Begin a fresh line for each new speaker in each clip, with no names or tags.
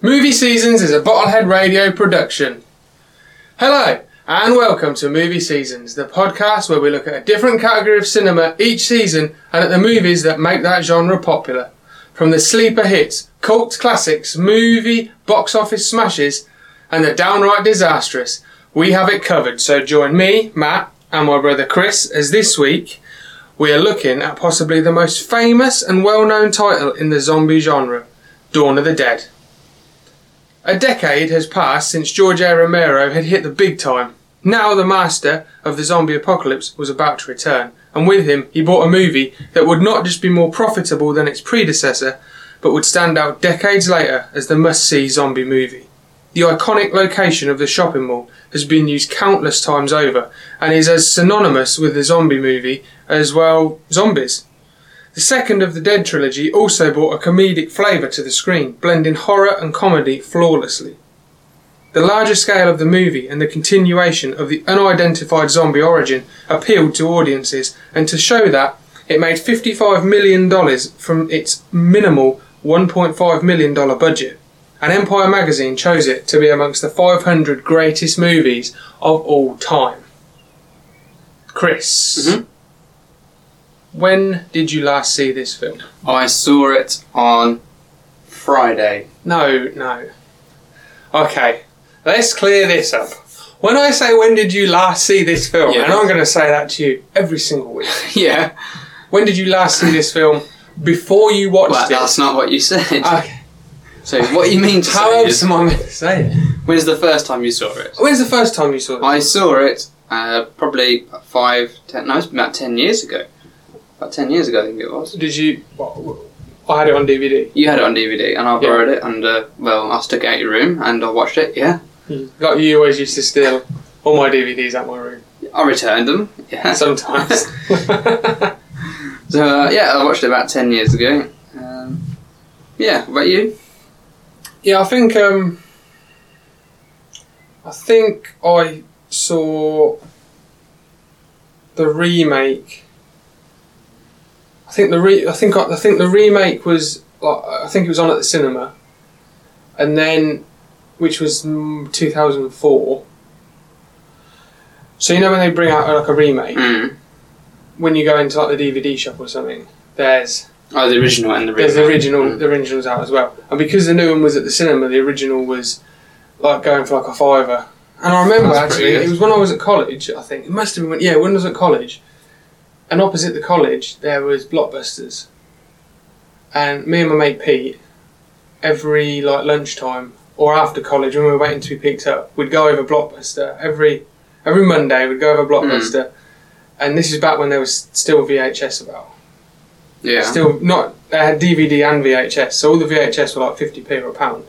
Movie Seasons is a Bottlehead Radio production. Hello, and welcome to Movie Seasons, the podcast where we look at a different category of cinema each season and at the movies that make that genre popular. From the sleeper hits, cult classics, movie box office smashes, and the downright disastrous, we have it covered. So join me, Matt, and my brother Chris as this week we are looking at possibly the most famous and well known title in the zombie genre Dawn of the Dead. A decade has passed since George A. Romero had hit the big time. Now the master of the zombie apocalypse was about to return, and with him he bought a movie that would not just be more profitable than its predecessor, but would stand out decades later as the must see zombie movie. The iconic location of the shopping mall has been used countless times over and is as synonymous with the zombie movie as, well, zombies. The second of the Dead trilogy also brought a comedic flavour to the screen, blending horror and comedy flawlessly. The larger scale of the movie and the continuation of the unidentified zombie origin appealed to audiences, and to show that, it made $55 million from its minimal $1.5 million budget. And Empire magazine chose it to be amongst the 500 greatest movies of all time. Chris,
Mhm.
when did you last see this film?
I saw it on Friday.
No, no. Okay, let's clear this up. When I say when did you last see this film,
Yeah.
and I'm going to say that to you every single week.
yeah,
when did you last see this film before you watched
well,
it?
that's not what you said.
Okay,
so what you mean to
How
say
else
Uh, is,
am I meant to say it?
when's the first time you saw it?
When's the first time you saw it?
I saw it uh, probably about five, ten, no, it's about ten years ago. About ten years ago, I think it was.
Did you? Well, I had it on DVD.
You had it on DVD, and I
Yeah.
borrowed it, and uh, well, I stuck it out your room, and I watched it. Yeah,
Like you always used to steal all my DVDs out my room.
I returned them. Yeah, so,
Sometimes.
uh, yeah, I watched it about ten years ago. Um, yeah, what about you?
yeah, I think. Um, I think I saw the remake. I think the re- I think I, I think the remake was like, I think it was on at the cinema, and then, which was mm, two thousand four. So you know when they bring out like a remake,
Mm.
when you go into like the DVD shop or something, there's
Oh, the original and the
there's the
remake.
original
Mm.
the originals out as well. And because the new one was at the cinema, the original was like going for like a fiver. And I remember
That's
actually
pretty good.
it was when I was at college. I think it must have been when, yeah when I was at college. And opposite the college there was Blockbusters. And me and my mate Pete, every like lunchtime or after college when we were waiting to be picked up, we'd go over Blockbuster every every Monday. We'd go over Blockbuster.
Hmm.
And this is back when there was still VHS about.
Yeah.
Still not. They had DVD and VHS, so all the VHS were like fifty p or a pound.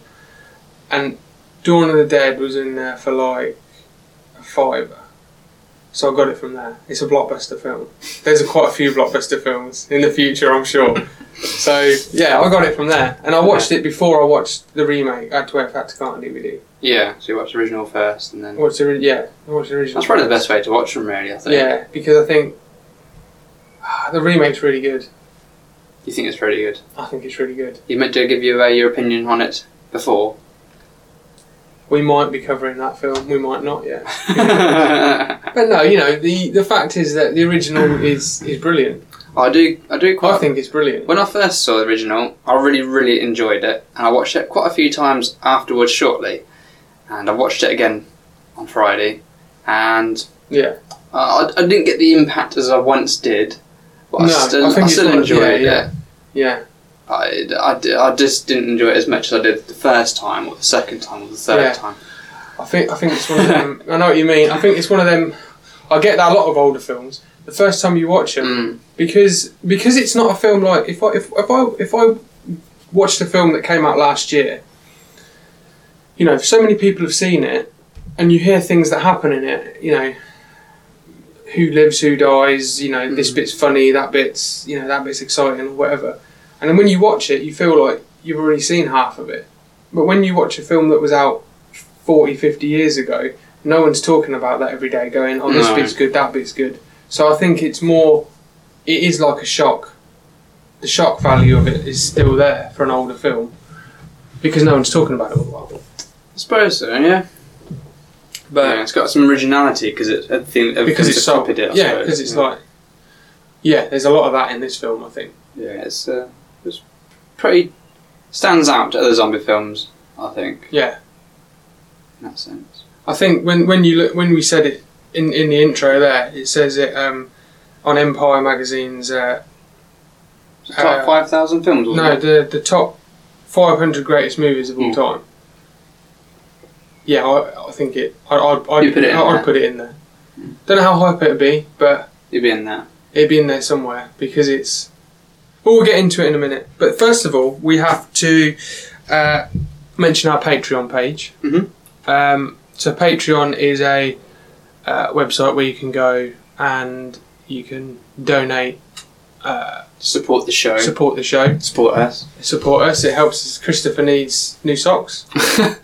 And Dawn of the Dead was in there for like a fiver, so I got it from there. It's a blockbuster film. There's quite a few blockbuster films in the future, I'm sure. So yeah, I got it from there, and I watched it before I watched the remake. I had to wait for that to come out on DVD.
Yeah, so you watch the original first, and
I
then
watched the ori- yeah, I watched the original.
that's probably the best way to watch them, really. I think.
Yeah, because I think ah, the remake's really good.
You think it's pretty good.
I think it's really good.
You meant to give you uh, your opinion on it before.
We might be covering that film. We might not yet.
I
But no, you know, the, the fact is that the original is, is brilliant.
do. I do
I
quite.
think it's brilliant.
When I first saw the original, I really, really enjoyed it, and I watched it quite a few times afterwards, shortly, and I watched it again on Friday, and
Yeah.
uh, I, I didn't get the impact as I once did, but I
No,
still,
I think
I
it's
still
one of-
enjoyed
yeah,
it.
Yeah.
I, I, di- I just didn't enjoy it as much as I did the first time, or the second time, or the third
Yeah.
time.
I think I think it's one of them. I know what you mean. I think it's one of them. I get that a lot of older films. The first time you watch them,
Mm.
because because it's not a film like if I if, if I if I watched a film that came out last year, you know, so many people have seen it, and you hear things that happen in it, you know, who lives, who dies, you know, this
Mhm.
bit's funny, that bit's you know that bit's exciting or whatever, and then when you watch it, you feel like you've already seen half of it, but when you watch a film that was out 40, 50 years ago, no one's talking about that every day, going, oh, this
No.
bit's good, that bit's good. So I think it's more it is like a shock. The shock value of it is still there for an older film. because no one's talking about it all the while.
I suppose so, yeah. But
Yeah.
it's got some originality because it, I think
Because
everything's
it's so
copied it. I
yeah,
suppose.
because it's
yeah.
like yeah, there's a lot of that in this film. I think
yeah, it's uh, it's pretty stands out to other zombie films. I think
yeah,
in that sense.
I think when when you look when we said it in in the intro there, it says it um, on Empire magazine's uh,
It's the top
Uh,
five thousand films. wasn't
no
it?
the the top 500 greatest movies of all
Mm.
time. Yeah, I, I think it. I, I'd, I'd
You put it in
I'd
there. Hmm.
put it in there. Don't know how hype it'd be, but
you'd be in there.
it'd be in there somewhere because it's. Well, we'll get into it in a minute. But first of all, we have to uh, mention our Patreon page.
Mhm.
Um, so Patreon is a uh, website where you can go and you can donate, uh,
Support the show.
support the show,
support us.
support us. It helps us. Christopher needs new socks. Is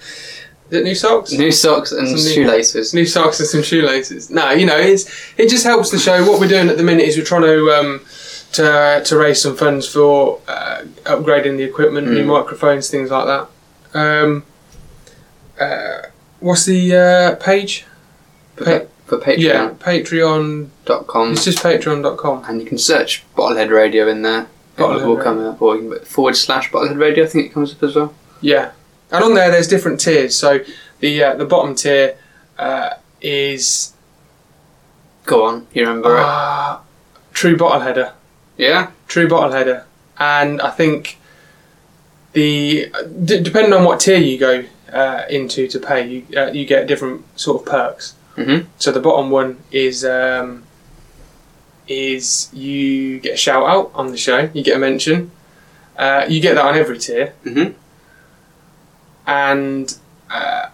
it new socks?
New socks and
Some new-
shoelaces.
New socks and some shoelaces. No, you know, it's it just helps the show. What we're doing at the minute is we're trying to um, to to raise some funds for uh, upgrading the equipment, new
Mm.
microphones, things like that. Um, uh, what's the uh, page?
For, pa- for
Yeah,
Patreon.com,
Patreon.
Mm.
It's just Patreon.com.
and you can search Bottlehead Radio in there.
Bottlehead
it will
Radio.
come up, or you can put forward slash Bottlehead Radio. I think it comes up as well.
Yeah, and on there there's different tiers. So the uh, the bottom tier uh, is
Go on, you remember it?
uh, True Bottle Header.
Yeah,
True bottle header, and I think the d- depending on what tier you go uh, into to pay, you uh, you get different sort of perks.
Mhm.
So the bottom one is um, is you get a shout out on the show, you get a mention, uh, you get that on every tier,
Mhm.
and uh,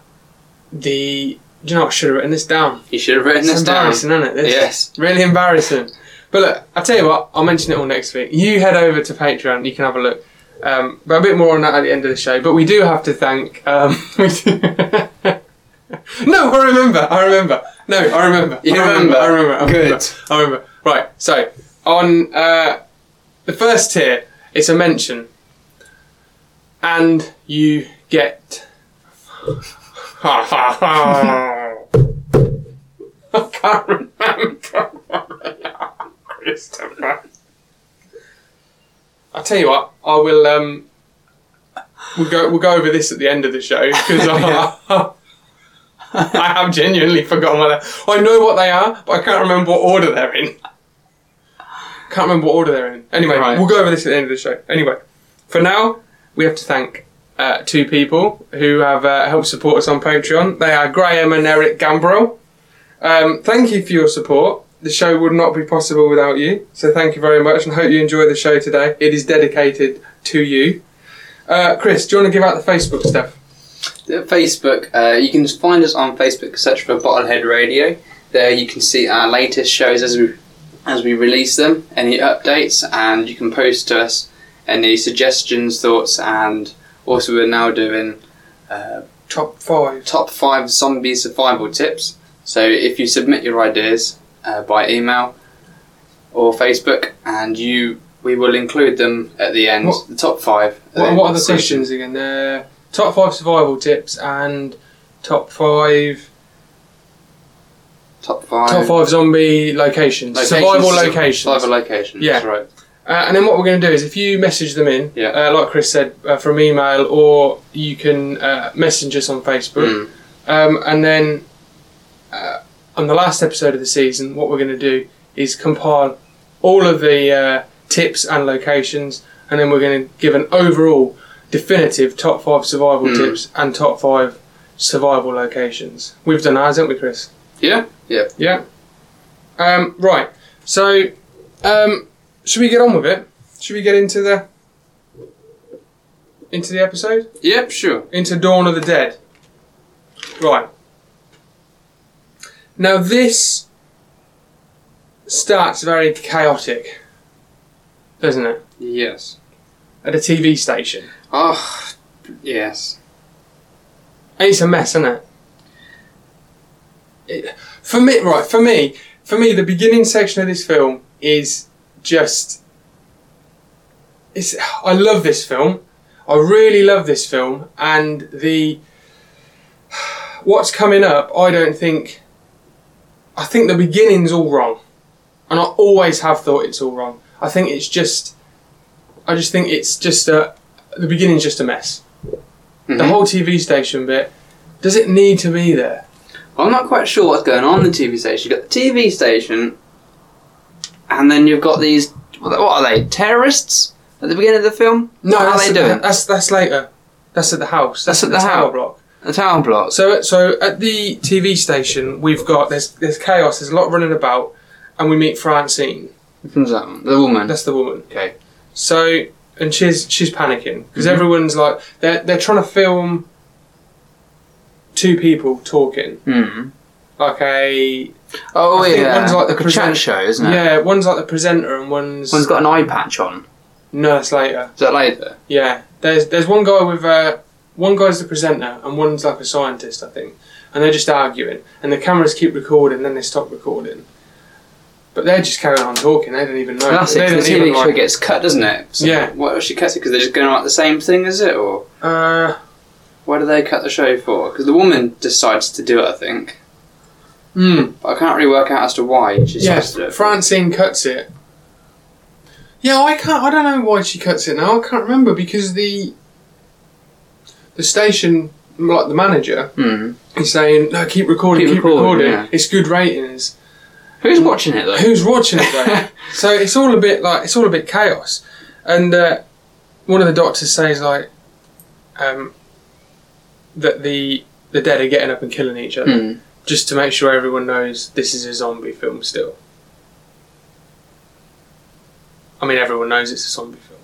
the do you know what, I should have written this down.
you should have written
It's
this down.
embarrassing, isn't it? This?
Yes.
Really embarrassing. But look, I'll tell you what, I'll mention it all next week. You head over to Patreon, you can have a look. Um, but a bit more on that at the end of the show. But we do have to thank. Um, we do- no, I remember, I remember. No, I remember.
You
I
remember?
I remember. I remember.
Good.
I remember. Right, so on uh, the first tier, it's a mention. And you get. I can't remember what they are, Christopher. I'll tell you what, I will. Um, we'll go. We'll go over this at the end of the show because I, I have genuinely forgotten what they. I know what they are, but I can't remember what order they're in. Can't remember what order they're in. Anyway,
Right.
we'll go over this at the end of the show. Anyway, for now, we have to thank uh, two people who have uh, helped support us on Patreon. They are Graham and Eric Gambrell. Um, thank you for your support. The show would not be possible without you. So thank you very much and hope you enjoy the show today. It is dedicated to you. Uh, Chris, do you want to give out the Facebook stuff?
Facebook. Uh, you can find us on Facebook. Search for Bottlehead Radio. There you can see our latest shows as we as we release them, any updates, and you can post to us any suggestions, thoughts, and also we're now doing uh,
Top five.
top five zombie survival tips. So if you submit your ideas uh, by email or Facebook, and you we will include them at the end.
What-
the top five. at
What,
end
what
of
are the
season.
questions again? Uh, top five survival tips and top five
Top five.
top five zombie locations. survival locations.
Survival locations.
Yeah.
that's right.
Uh, and then what we're going to do is if you message them in,
Yeah.
uh, like Chris said, uh, from email or you can uh, message us on Facebook.
Mm.
Um, and then uh, on the last episode of the season, what we're going to do is compile all of the uh, tips and locations, and then we're going to give an overall definitive top five survival
Mm.
tips and top five survival locations. We've done ours, haven't we, Chris?
Yeah. Yeah.
Yeah. Um, right. So, um, should we get on with it? Should we get into the into the episode?
Yep. Sure.
Into Dawn of the Dead. Right. Now this starts very chaotic, doesn't it?
Yes.
At a TV station,
Oh, yes.
and it's a mess, isn't it? it for me, right? For me, for me, the beginning section of this film is just. It's. I love this film. I really love this film, and the what's coming up. I don't think. I think the beginning's all wrong, and I always have thought it's all wrong. I think it's just. I just think it's just a. The beginning's just a mess. The
Mhm.
whole TV station bit. Does it need to be there?
I'm not quite sure what's going on in the TV station. You've got the TV station, and then you've got these. What are they? Terrorists at the beginning of the film?
No,
How
that's
they doing?
That's that's later. That's at the house. That's, at the, tower
house.
block.
The town blocks.
So, so at the TV station, we've got there's there's chaos. There's a lot running about, and we meet Francine.
Who's that one? The woman.
That's the woman.
okay.
So, and she's she's panicking because
Mhm.
everyone's like they're they're trying to film two people talking.
Hmm.
Like a
Oh
I think
yeah.
one's like the
a chat
present-
show, isn't it?
yeah, one's like the presenter and one's
One's got an eye patch on.
no, that's later.
Is that later?
Yeah, there's there's one guy with uh, one guy's the presenter and one's like a scientist, I think, and they're just arguing and the cameras keep recording, then they stop recording. But they're just carrying on talking. They don't even know.
That's
they
it. 'cause
don't
The
even
TV show
like-
gets cut, doesn't it? So
Yeah.
Why does she cut it? Because they're just going on at the same thing, is it? Or
Uh,
why do they cut the show for? Because the woman decides to do it, I think.
mm.
But I can't really work out as to why she decides
Yeah,
to do it.
Francine cuts it. Yeah, I can't. I don't know why she cuts it now. I can't remember because the the station, like the manager,
Hmm.
is saying, "No, keep recording, keep,
Keep
recording.
recording, yeah.
It's good ratings."
Who's watching it though?
Who's watching it though? so it's all a bit like it's all a bit chaos. And uh, one of the doctors says like um, that the the dead are getting up and killing each other
Hmm.
just to make sure everyone knows this is a zombie film still. I mean, everyone knows it's a zombie film.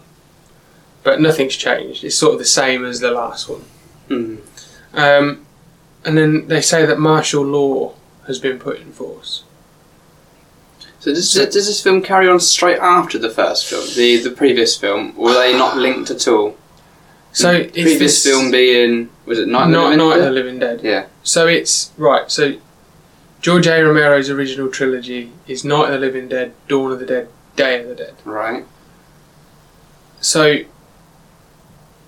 But nothing's changed. It's sort of the same as the last one.
Hmm.
Um, and then they say that martial law has been put in force.
So does, does this film carry on straight after the first film, the the previous film, or are they not linked at all?
So
the
it's
previous
this
film being was it Night
Night,
of the Living
Night of the
Dead?
Living Dead.
Yeah.
So it's right. So George A. Romero's original trilogy is Night of the Living Dead, Dawn of the Dead, Day of the Dead.
Right.
so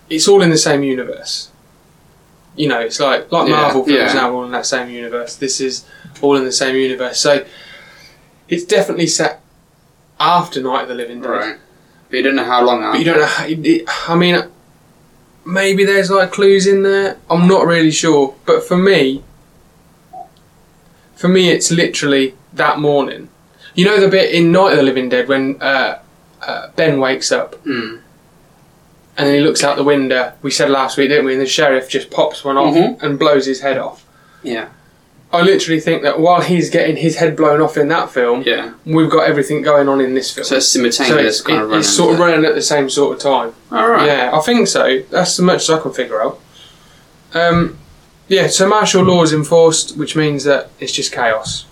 it's all in the same universe. You know, it's like like
Yeah,
Marvel films
yeah.
now, all in that same universe. This is all in the same universe. So it's definitely set after Night of the Living Dead.
Right. But you don't know how long.
But you don't know. how- It, it, I mean, maybe there's like clues in there. I'm not really sure. But for me, for me, it's literally that morning. You know the bit in Night of the Living Dead when uh, uh, Ben wakes up
Mm.
and then he looks out the window. We said last week, didn't we? And the sheriff just pops one off
Mhm.
and blows his head off.
Yeah.
I literally think that while he's getting his head blown off in that film,
Yeah.
we've got everything going on in this film.
So it's
So
simultaneous
it's,
kind
it-
of running.
it's sort of
is
running at the same sort of time.
it? All right.
Yeah, I think so. That's as much as I can figure out. Um, yeah, so martial law is enforced, which means that it's just chaos.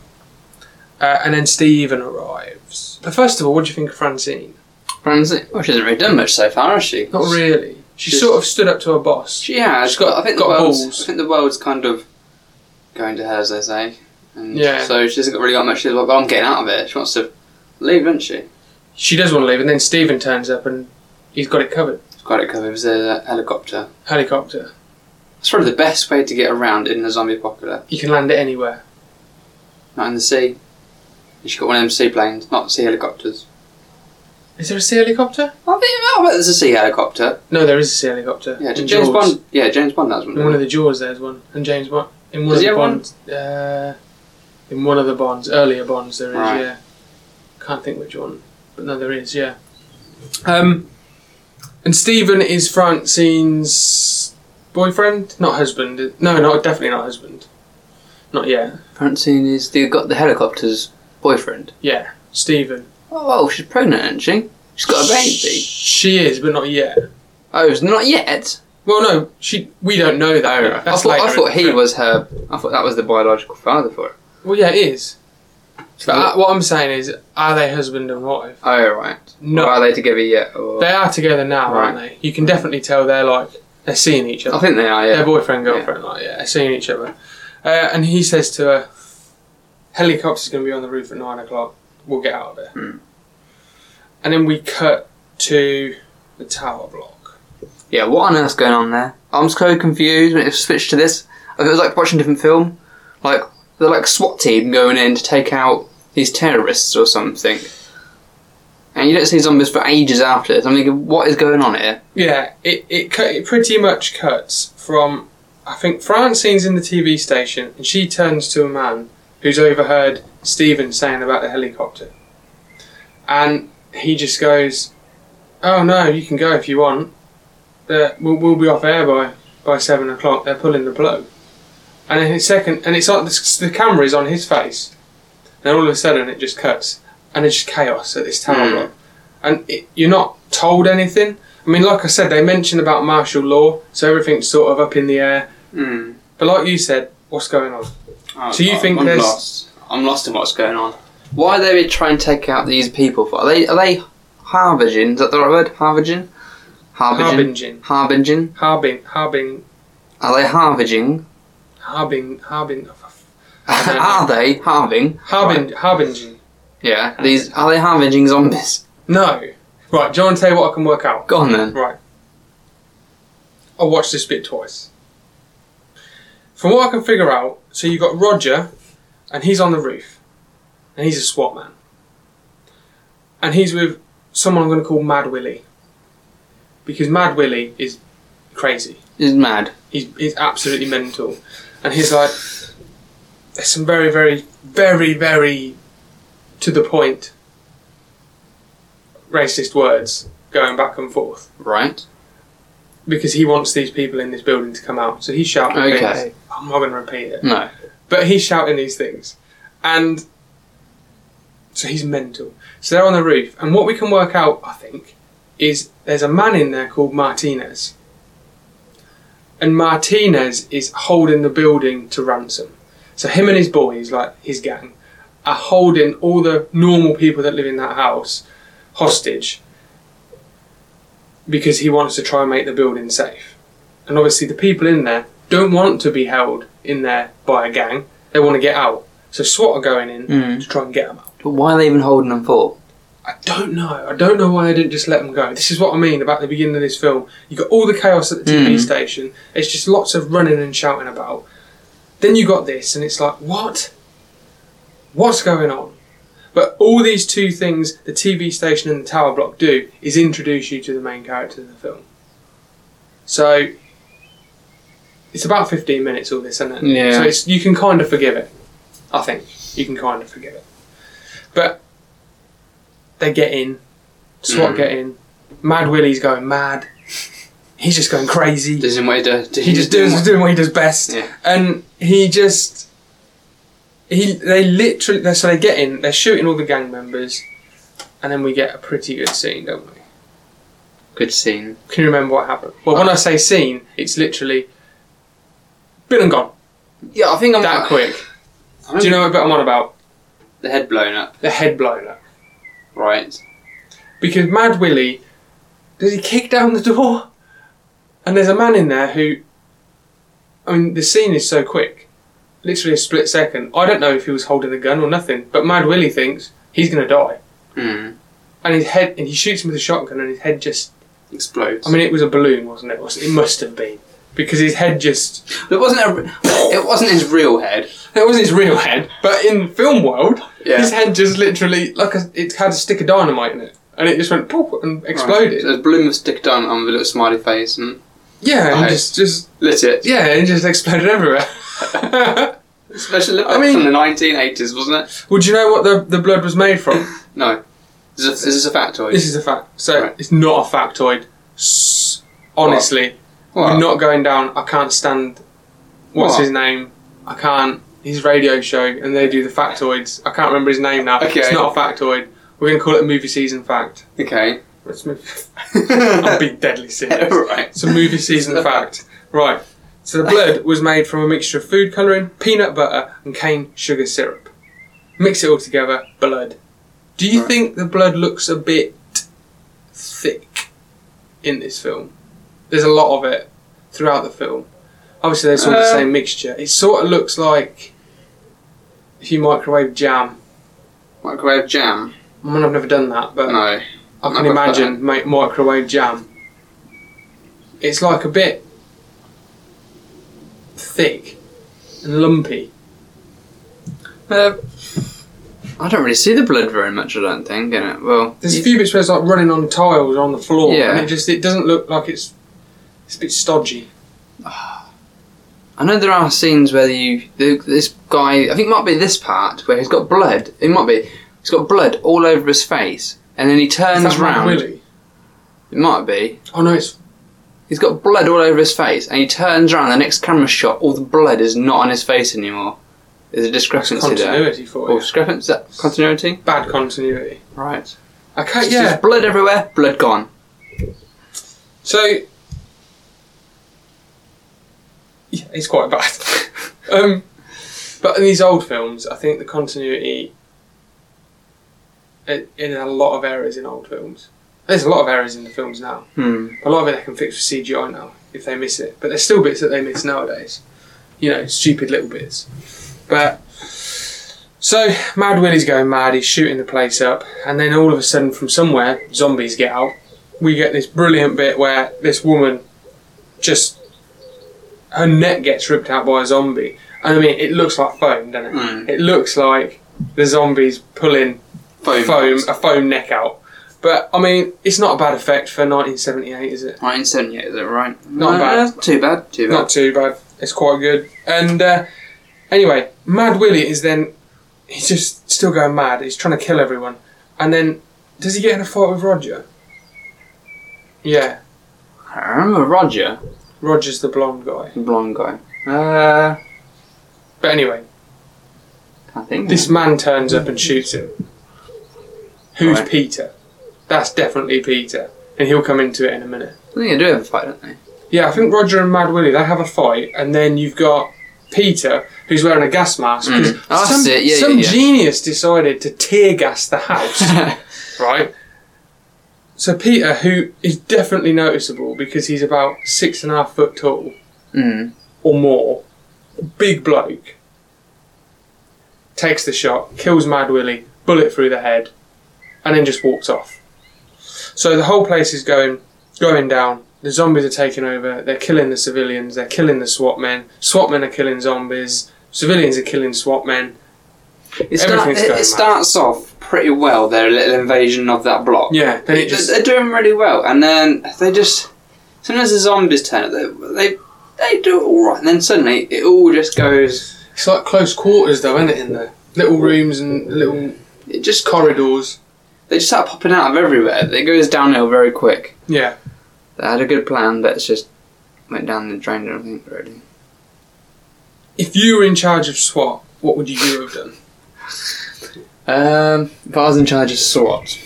Uh, and then Stephen arrives. But first of all, what do you think of Francine?
Runs it. Well, she hasn't really done much so far, has she?
Not really. She
She's-
sort of stood up to her boss.
She has.
She's got-
but I think
got
the world's.
balls.
I think the world's kind of going to her, as they say. And
Yeah.
So she hasn't got- really got much. She's like, well, I'm getting out of it. She wants to leave, doesn't she?
she does want to leave, and then Stephen turns up and he's got it covered.
It's quite a cover. It was a helicopter.
Helicopter.
It's probably the best way to get around in a zombie apocalypse.
You can land it anywhere.
Not in the sea. And she got one of them seaplanes, not sea helicopters.
Is there a sea helicopter?
I think I bet there's a sea helicopter.
No, there is a sea helicopter.
Yeah,
In
James
Jaws.
Bond. Yeah, James Bond has one.
In one of the Jaws, there's one, and James Bond. In one
Does
of
he
the
have one?
Bonds, uh, in one of the Bonds, earlier Bonds, there is.
Right.
Yeah, can't think which one, but no, there is. Yeah. Um, and Stephen is Francine's boyfriend, not husband. No, not definitely not husband. Not yet.
Francine is the got the helicopter's boyfriend.
Yeah, Stephen.
Oh, oh, she's pregnant, isn't she? She's got a baby.
She is, but not yet.
Oh, it's not yet.
Well, no, she. We don't know that.
Oh, I
That's
thought,
later
I
in
thought
the
he
film.
was her. I thought that was the biological father for her.
Well, yeah, it is. But uh, what I'm saying is, are they husband and wife?
oh right.
No.
Or are they together yet? Or...
They are together now, aren't they? You can definitely tell they're like they're seeing each
I
other.
think they are.
They're
Yeah.
boyfriend girlfriend, like yeah, they're seeing each other. Uh, and he says to her, "Helicopter's going to be on the roof at nine o'clock. We'll get out of there."
Hmm.
And then we cut to the tower block.
yeah, what on earth's going on there? I'm so confused when it switched to this. It was like watching a different film. Like, they're like SWAT team going in to take out these terrorists or something. And you don't see zombies for ages after this. I'm thinking, what is going on here?
Yeah, it, it, cut, it pretty much cuts from. I think Francine's in the TV station and she turns to a man who's overheard Stephen saying about the helicopter. And he just goes, Oh no, you can go if you want. The, we'll, we'll be off air by, by seven o'clock. They're pulling the plug. And in a second, and it's on the, the camera is on his face. Then all of a sudden it just cuts. And it's just chaos at this tower
Hmm.
block. And it, you're not told anything. I mean, like I said, they mention about martial law, so everything's sort of up in the air.
Hmm.
But like you said, what's going on?
Oh,
So you
God,
think
I'm
there's-
lost. I'm lost in what's going on. Why are they trying to take out these people for? Are they are they harbinging? Is that the right word? Harbinging? Harbinging.
Harbinging. Harbing,
Harbinging.
Harbing,
Are they harbinging?
Harbing, Harbing, don't know.
are they harbing?
Harbing, Harbinging.
Yeah. These are they harbinging zombies?
No. Right, do you want to tell you what I can work out?
Go on then.
Right. I watched this bit twice. From what I can figure out, so you've got Roger, and he's on the roof, and he's a SWAT man. And he's with someone I'm going to call Mad Willie. Because Mad Willie is crazy.
This is mad.
He's, he's absolutely mental. And he's like, there's some very, very, very, very to the point racist words going back and forth
Right.
because he wants these people in this building to come out. So he's shouting
Okay.
things. I'm not going to repeat it.
No.
But he's shouting these things. And so he's mental. So they're on the roof. And what we can work out, I think, is there's a man in there called Martinez. And Martinez is holding the building to ransom. So him and his boys, like his gang, are holding all the normal people that live in that house hostage because he wants to try and make the building safe. And obviously, the people in there don't want to be held in there by a gang. They want to get out. So SWAT are going in
Mm.
to try and get them out.
But why are they even holding them for?
I don't know. I don't know why they didn't just let them go. This is what I mean about the beginning of this film. You got all the chaos at the TV
Mm.
station. It's just lots of running and shouting about. Then you got this, and it's like, what? What's going on? But all these two things, the TV station and the tower block, do is introduce you to the main character of the film. So it's about fifteen minutes. All this, isn't it?
Yeah.
So it's you can kind of forgive it. I think you can kind of forgive it. But they get in. SWAT
Mm.
get in. Mad Willie's going mad. He's just going crazy.
Does him what he does.
he just does doing, what he does best.
Yeah.
And he just he they literally they- so they get in. They're shooting all the gang members, and then we get a pretty good scene, don't we?
Good scene.
Can you remember what happened? Well, when I say scene, it's literally been and gone
Yeah, I think I'm
that quick.
I remember
Do you know what I'm on about?
the head blown up?
The head blown up.
Right.
because Mad Willie does he kick down the door, and there's a man in there who. I mean, the scene is so quick, literally a split second. I don't know if he was holding a gun or nothing, but Mad Willie thinks he's gonna die,
Hmm.
and his head and he shoots him with a shotgun, and his head just.
Explodes.
I mean, it was a balloon, wasn't it? Or It must have been because his head just.
it wasn't a, it wasn't his real head.
That wasn't his real head, but in film world,
Yeah.
his head just literally like a, it had a stick of dynamite in it, and it just went poof and exploded.
Right. So a balloon was sticked on on with a little smiley face and
Yeah, and
Right.
just just
lit it.
Yeah, it just exploded everywhere.
Special effects
I mean-
from the 1980s, wasn't it?
Would you know what the, the blood was made from?
No. Is this, is this a factoid?
This is a fact. So
Right.
it's not a factoid. S- Honestly,
What?
we're not going down. I can't stand. What's
What?
his name? I can't. His radio show, and they do the factoids. I can't remember his name now.
Okay.
It's not a factoid. We're gonna call it a movie season fact.
Okay.
Let's move. I'm being deadly serious.
Right.
It's a movie season fact. Right. So the blood was made from a mixture of food colouring, peanut butter, and cane sugar syrup. Mix it all together, blood. Do you
Right.
think the blood looks a bit thick in this film? There's a lot of it throughout the film. Obviously, there's all the
Uh,
same mixture. It sort of looks like if you microwave jam.
Microwave jam?
I mean, I've never done that, but
No.
I
I've
can
got
imagine ma- microwave jam. it's like a bit thick and lumpy.
Uh, I don't really see the blood very much. I don't think. In it. Well,
There's a
you-
few bits where it's like running on tiles or on the floor,
Yeah.
and it just it doesn't look like it's it's a bit stodgy.
I know there are scenes where you the, this guy. I think it might be this part where he's got blood. It might be. He's got blood all over his face, and then he
Is
turns
that Mad
round.
Willy?
It might be.
Oh no, it's
He's got blood all over his face, and he turns around. The next camera shot, all the blood is not on his face anymore. There's a discrepancy there.
continuity for
Or
you.
discrepancy? Is that continuity?
Bad continuity.
Right.
Okay,
It's
Uh, yeah.
just blood everywhere, blood gone.
So yeah, it's quite bad. um, but in these old films, I think the continuity it, it had a lot of errors in old films. There's a lot of errors in the films now.
Hmm.
A lot of it they can fix with CGI now if they miss it, but there's still bits that they miss nowadays. You know, stupid little bits. But so Mad Willie's going mad. He's shooting the place up, and then all of a sudden, from somewhere, zombies get out. We get this brilliant bit where this woman just her neck gets ripped out by a zombie, and I mean, it looks like foam, doesn't it?
Mm.
It looks like the zombies pulling
Foam.
foam a foam neck out. But I mean, it's not a bad effect for 1978, is it?
1978, is it right?
Not
No,
bad.
no, Too bad. Too bad.
Not too bad. It's quite good. And uh, anyway, Mad Willie is then he's just still going mad. He's trying to kill everyone. And then does he get in a fight with Roger? Yeah,
I remember Roger,
Roger's the blonde guy.
the blonde guy. Uh,
But anyway,
I think
this man turns up and shoots him. Who's
Right.
Peter? That's definitely Peter. And he'll come into it in a minute.
I think they do have a fight, don't they?
Yeah, I think Roger and Mad Willie they have a fight, and then you've got Peter who's wearing a gas mask. 'cause
Mm. Oh, I
some
see it. Yeah, yeah,
some
yeah.
genius decided to tear gas the house, right? So Peter, who is definitely noticeable because he's about six and a half foot tall
mm.
or more, big bloke, takes the shot, kills Mad Willie, bullet through the head, and then just walks off. So the whole place is going going down. The zombies are taking over. They're killing the civilians. They're killing the SWAT men. SWAT men are killing zombies. Civilians are killing SWAT men.
It, start,
Everything's
it,
going
it starts off pretty well. Their little invasion of that block.
Yeah, then it
They-
just
they're doing really well, and then they just sometimes the zombies turn up. They they, they do it all right, and then suddenly it all just goes.
it's like close quarters though, isn't it? In there, little rooms and little
It just
corridors.
they just start popping out of everywhere. It goes downhill very quick.
Yeah,
They had a good plan, but it's just went down the drain. I don't think really.
if you were in charge of SWAT, what would you have done?
Um, if I was in charge of SWAT,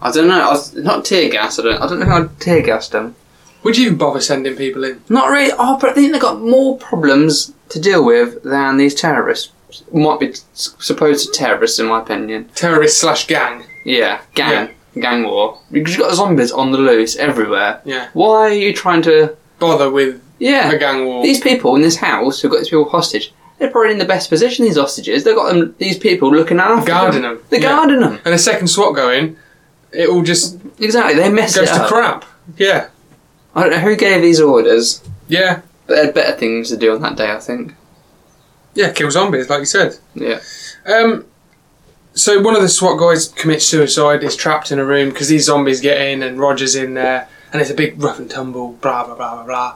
I don't know. I was, not tear gas. I don't. I don't know how I'd tear gas them.
Would you even bother sending people in?
Not really. Oh, but I think they got more problems to deal with than these terrorists. Might be s- supposed to terrorists, in my opinion.
Terrorist slash gang.
Yeah, gang, gang war. Because you've got zombies on the loose everywhere.
Yeah.
Why are you trying to?
Bother with a
Yeah,
gang war.
these people in this house who've got these people hostage. They're probably in the best position. These hostages. They've got them. These people looking after
Guarding
them.
them.
They're
Yeah.
guarding them.
And the second SWAT go in, it all just
Exactly. They mess
goes
it
to
up.
crap. Yeah.
I don't know who gave these orders,
Yeah.
but they had better things to do on that day, I think.
Yeah, kill zombies, like you said.
Yeah.
Um, so one of the SWAT guys commits suicide, is trapped in a room because these zombies get in and Roger's in there and it's a big rough and tumble, blah, blah, blah, blah, blah.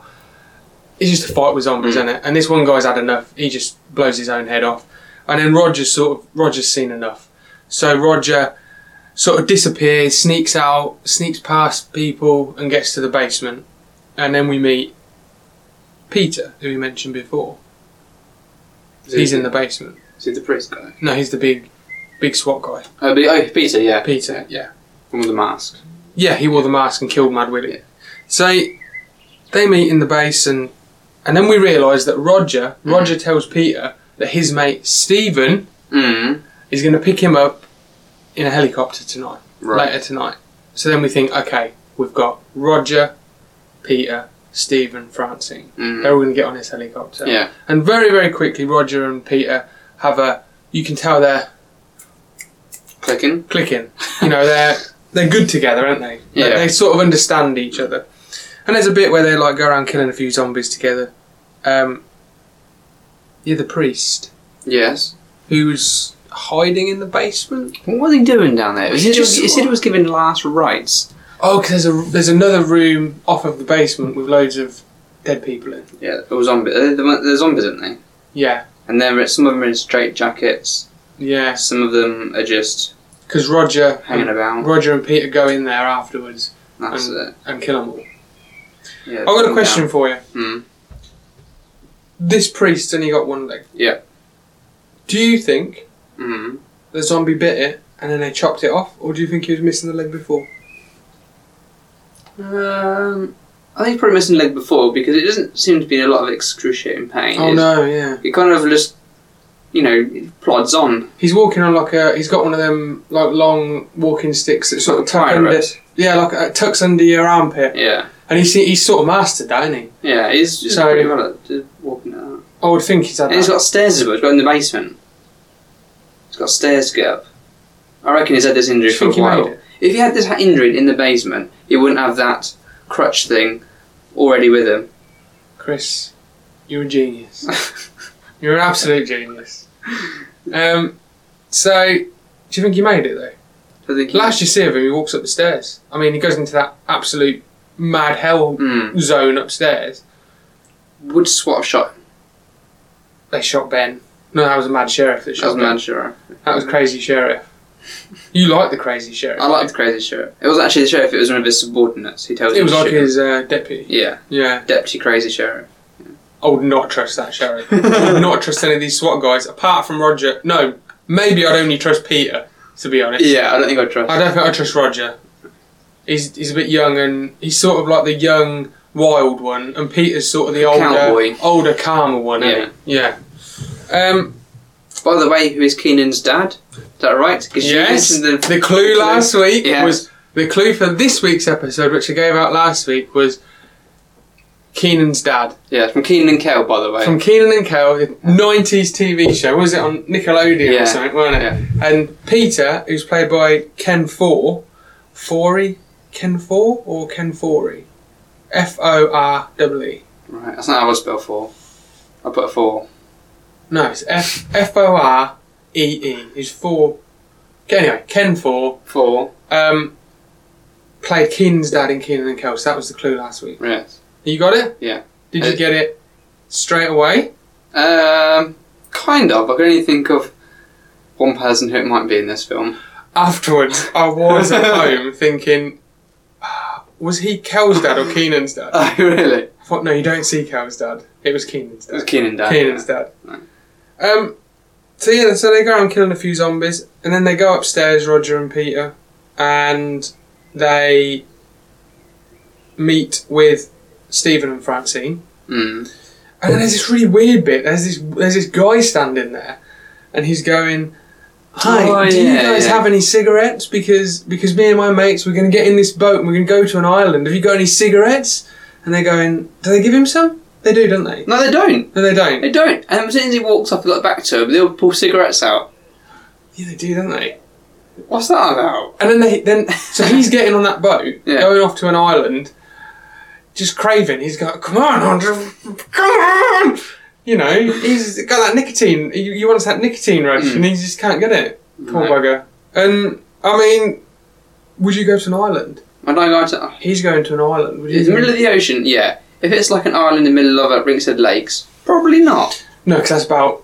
It's just a fight with zombies,
Mm.
isn't it? And this one guy's had enough. He just blows his own head off. And then Roger's sort of, Roger's seen enough. So Roger sort of disappears, sneaks out, sneaks past people and gets to the basement. And then we meet Peter, who we mentioned before. He's in the basement.
Is he the priest guy?
No, he's the big, big SWAT guy.
Oh, be, oh Peter, yeah.
Peter, yeah.
From the mask.
Yeah, he wore the mask and killed Mad Willie. So they meet in the base and and then we realise that Roger Roger tells Peter that his mate Stephen
Mm.
is gonna pick him up in a helicopter tonight.
Right.
Later tonight. So then we think, okay, we've got Roger, Peter, Stephen, Francine. They're
Mm.
all gonna get on this helicopter.
Yeah.
And very, very quickly Roger and Peter have a you can tell they're
Clicking.
clicking. You know, they're they're good together, aren't they? They-
Yeah.
They sort of understand each other. And there's a bit where they like go around killing a few zombies together. Um, you're the priest
Yes.
who's hiding in the basement.
What was he doing down there? It, was-
He
it was-
just-
it said he was giving last rites.
Oh, 'cause there's a there's another room off of the basement with loads of dead people in.
Yeah, it was uh, zombies. They're zombies, aren't they?
Yeah,
And then some of them are in straight jackets.
yeah.
Some of them are just
Because Roger,
hanging about.
Roger and Peter go in there afterwards
That's it.
and kill them all.
Yeah,
Mm. I've got a question for you.
Mm.
This priest's only got one leg.
Yeah.
Do you think
Mm.
the zombie bit it and then they chopped it off, or do you think he was missing the leg before?
Um, I think probably missing a leg before because it doesn't seem to be in a lot of excruciating pain.
Oh
It's-
no, yeah.
It kind of just, you know, it plods on.
He's walking on like a. He's got one of them like long walking sticks that sort of tuck
Fire
under.
ropes.
Yeah, like uh, tucks under your armpit,
Yeah,
and he's he's sort of mastered that, isn't he?
yeah, it's just
So-
pretty well at just walking out.
I would think he's had
And it's
that.
got stairs as well. It's got in the basement. It's got stairs to get up. I reckon he's had this
Do
injury
you
for a
think he
while.
made it?
If he had this injury in the basement, he wouldn't have that crutch thing already with him.
Chris, you're a genius. You're an absolute genius. Um, so do you think he made it though?
I think he-
Last you see of him, he walks up the stairs. I mean, he goes into that absolute mad hell
Hmm.
zone upstairs.
would SWAT have shot him?
They shot Ben. No, that was a mad sheriff that
That was
shot
mad
Ben.
sure.
That was crazy sheriff. You like the crazy sheriff?
I like the crazy sheriff. It was actually the sheriff. It was one of his subordinates who tells
It
him
was
to
like
shoot him.
his uh, deputy.
yeah
Yeah,
deputy crazy sheriff.
I would not trust that sheriff. I would not trust any of these SWAT guys apart from Roger. No, maybe I'd only trust Peter. To be honest,
Yeah, I don't think I'd trust.
I don't think I trust Roger. He's he's a bit young and he's sort of like the young wild one, and Peter's sort of the older,
Cowboy.
older calmer one. isn't he? yeah. Um,
By the way, who is Keenan's dad? Is that right? 'Cause you
yes, the,
mentioned
clue last week
Yes.
was the clue for this week's episode, which I gave out last week, was Keenan's dad
Yeah, from Keenan and Kel, by the way.
from Keenan and Kel, the '90s TV show. Was it on Nickelodeon
Yeah.
or something? Wasn't it? And Peter, who's played by Ken Four, Forey, Ken Four or Ken Forey, F O R W E.
Right, that's not how I spell four. I put a four.
No, it's F F O R E E. He's four. Anyway, Ken Four
Four.
um, played Keenan's dad in Keenan and Kel. So that was the clue last week.
Yes.
You got it?
Yeah.
Did you
Uh,
get it straight away?
Um, kind of. I can only think of one person who it might be in this film.
Afterwards, I was at home thinking, "Ah, was he Kel's dad or Keenan's dad?
Oh, really? It
I thought, no, you don't see Kel's dad. It was Keenan's dad.
was Keenan dad.
Keenan's dad. Um, so yeah, so they go around killing a few zombies, and then they go upstairs, Roger and Peter, and they meet with Stephen and Francine.
Mm.
And then there's this really weird bit. There's this there's this guy standing there, and he's going, "Hi,
Oh,
do you
yeah,
guys
yeah.
have any cigarettes? Because because me and my mates we're going to get in this boat and we're going to go to an island. Have you got any cigarettes?" And they're going, "Do they give him some? They do, don't they?
No, they don't.
No, they don't.
They don't. And as soon as he walks off, they look back to him. They'll pull cigarettes out.
Yeah, they do, don't they?"
What's that about?
And then they then so he's getting on that boat,
Yeah.
going off to an island, just craving. He's got, come on, Andre, come on. You know, he's got that nicotine. He, he wants that nicotine rush,
Mm.
and he just can't get it. Poor
No.
bugger. And I mean, would you go to an island?
When I go to
He's going to an island. Would you?
in the middle of the ocean, yeah. If it's like an island in the middle of uh, Ringshead Lakes, probably not.
no, because that's about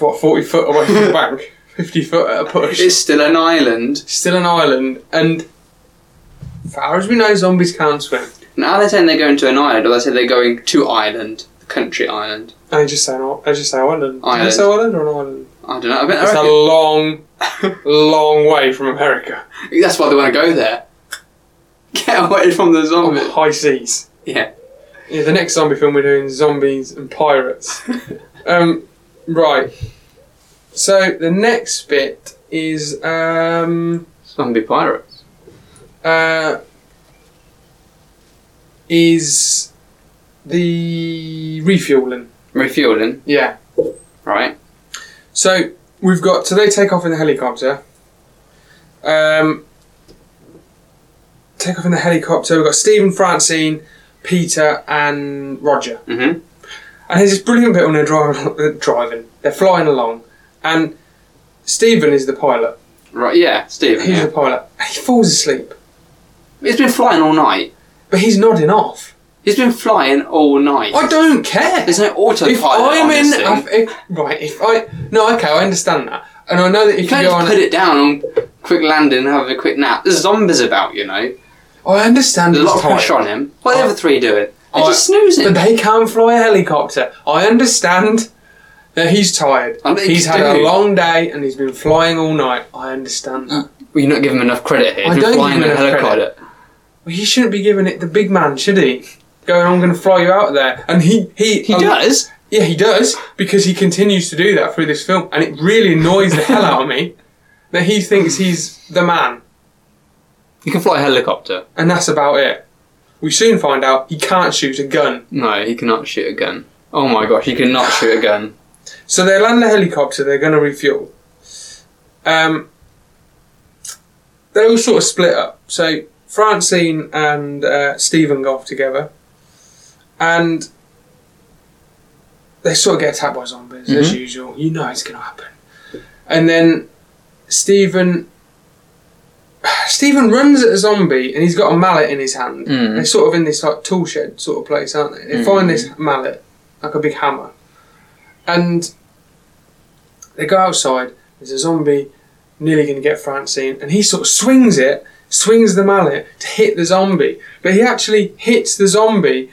what forty foot away from the bank, fifty foot at a push.
It's still an island.
Still an island, and for far as we know, zombies can't swim.
Now they're saying they're going to an island, or they say they're going to Ireland, the country island.
And they just say, an, I just say Ireland. Did they
Island.
say Ireland or an island?
I don't know. I mean,
It's
I
a long,
reckon-
long way from America.
that's why they want to go there. Get away from the
On
zombies.
high seas.
Oh. Yeah.
Yeah, the next zombie film we're doing is zombies and pirates. um, right. So the next bit is um,
Zombie pirates.
uh, is the refueling.
Refueling,
Yeah.
right?
So we've got so they take off in the helicopter. Um, take off in the helicopter. We've got Stephen, Francine, Peter, and Roger.
Mm-hmm.
And there's this brilliant bit when they're driving. they're driving. They're flying along, and Stephen is the pilot.
Right, yeah, Stephen.
He's
Yeah.
the pilot. He falls asleep,
He's been flying all night.
but he's nodding off.
He's been flying all night.
I don't care.
There's no autopilot
If I'm
on this
in,
thing.
if, if, right? If I no, okay, I understand that, and I know that if
you
you,
can't
go
just
on,
put it down on quick landing and have a quick nap. There's zombies about, you know.
I understand
There's a
it's
lot of
tight,
pressure on him. What are the
I-
other three doing? They're
I-
just snoozing.
Oh, but they can't fly a helicopter. I understand that he's tired.
I mean,
He's had a
dude.
long day and he's been flying all night. I understand that.
Well, you're not giving him enough credit here.
I
He's
don't
been
give
flying
him
a
enough
helicopter.
Well, he shouldn't be giving it the big man, should he? Going, I'm going to fly you out there, and he he
He
um,
does.
Yeah, he does because he continues to do that through this film, and it really annoys the hell out of me that he thinks he's the man.
He can fly a helicopter.
and that's about it. We soon find out he can't shoot a gun.
No, he cannot shoot a gun. Oh my gosh, he cannot shoot a gun.
So they land the helicopter, they're going to refuel. Um, they all sort of split up. So Francine and uh, Stephen go off together, and they sort of get attacked by zombies, as
Mhm.
usual. You know it's going to happen. And then Stephen. Stephen runs at a zombie and he's got a mallet in his hand.
Mm.
They're sort of in this like tool shed sort of place, aren't they? They
Mm.
find this mallet, like a big hammer, and they go outside. There's a zombie nearly going to get Francine, and he sort of swings it, swings the mallet to hit the zombie, but he actually hits the zombie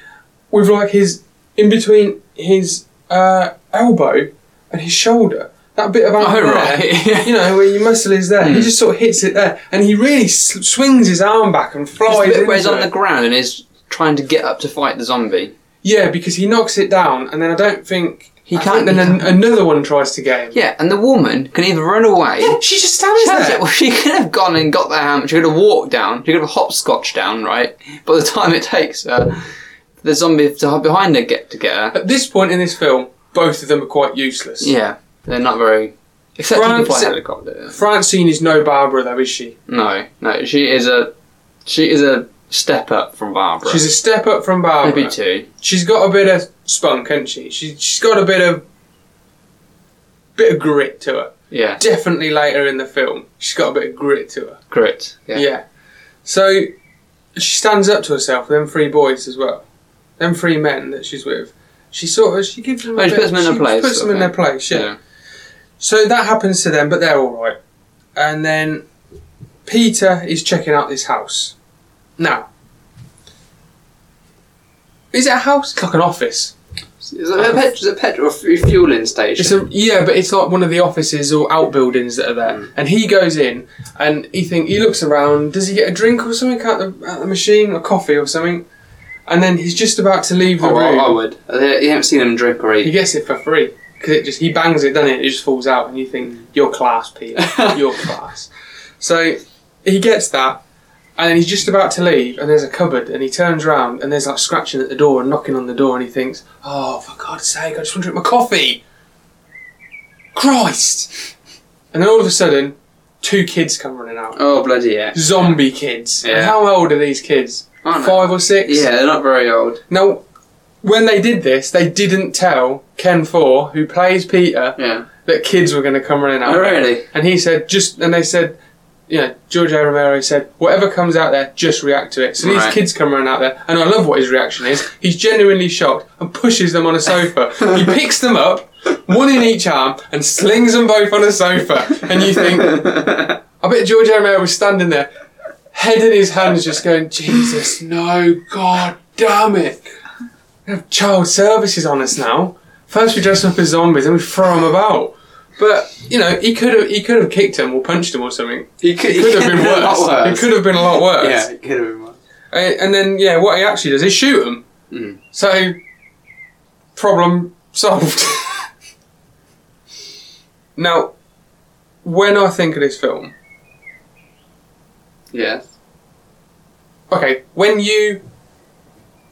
with like his in between his uh, elbow and his shoulder. That bit of out
Oh,
there,
right. Hmm.
you know, where your muscle is there. He just sort of hits it there, and he really s- swings his arm back and
It's
flies.
the bit where he's
into
on
it.
the ground and is trying to get up to fight the zombie.
Yeah, because he knocks it down, and then I don't think
He
I think
can't-
Then
he
an- another one tries to get him.
Yeah, and the woman can either run away.
Yeah, she just stands
She has
there.
it. Well, she could have gone and got the hammer. She could have walked down. She could have hopscotched down, right? By the time it takes her, the zombie to behind her get to get her.
At this point in this film, both of them are quite useless.
Yeah, they're not very. Except she can fly a
Francis-
helicopter.
Francine is no Barbara, though, is she?
No, no, she is a, she is a step up from Barbara.
She's a step up from Barbara.
maybe two.
She's got a bit of spunk, hasn't she? she? She's got a bit of bit of grit to her.
Yeah,
Definitely later in the film, she's got a bit of grit to her.
correct. Yeah.
Yeah. So she stands up to herself. Them three boys as well. Them three men that she's with. She sort of she gives them. a
Oh, she
bit-
puts them in their place,
Puts them
sort
in
of
their
thing.
place. Yeah.
Yeah.
So that happens to them, but they're all right. And then Peter is checking out this house. Now, is it a house? It's like an office.
Is it a pet- is it a petrol refueling station?
It's a yeah, but it's like one of the offices or outbuildings that are there.
Mm.
And he goes in, and he think he looks around. Does he get a drink or something at the, at the machine, a coffee or something? And then he's just about to leave the
oh, I,
room.
I would. I, you haven't seen him drink or
He
eat.
gets it for free because it just he bangs it, doesn't it? It just falls out, and you think you're class, Peter, you're class. So he gets that, and then he's just about to leave, and there's a cupboard, and he turns round, and there's like scratching at the door and knocking on the door, and he thinks, "Oh, for God's sake, I just want to drink my coffee." Christ! And then all of a sudden, two kids come running out.
Oh bloody yeah!
Zombie kids. And
Yeah.
how old are these kids?
Aren't they?
Five or six?
Yeah, they're not very old.
Now, when they did this, they didn't tell Ken Four, who plays Peter,
Yeah.
that kids were going to come running out.
Oh really?
And he said, just, and they said, you know, George A. Romero said, whatever comes out there, just react to it. So these
Right.
kids come running out there, and I love what his reaction is. He's genuinely shocked and pushes them on a sofa. he picks them up, one in each arm, and slings them both on a sofa. And you think, I bet George A. Romero was standing there, head in his hands, just going, Jesus, no, God damn it. We have child services on us now. First we dress them up as zombies, then we throw them about. But you know, he could have he could have kicked him or punched him or something.
he could,
It could have been worse. It could have been a lot worse.
Yeah, it could have been worse.
And, and then yeah, what he actually does is shoot him.
Mm.
So problem solved. now, when I think of this film,
Yeah.
okay, when you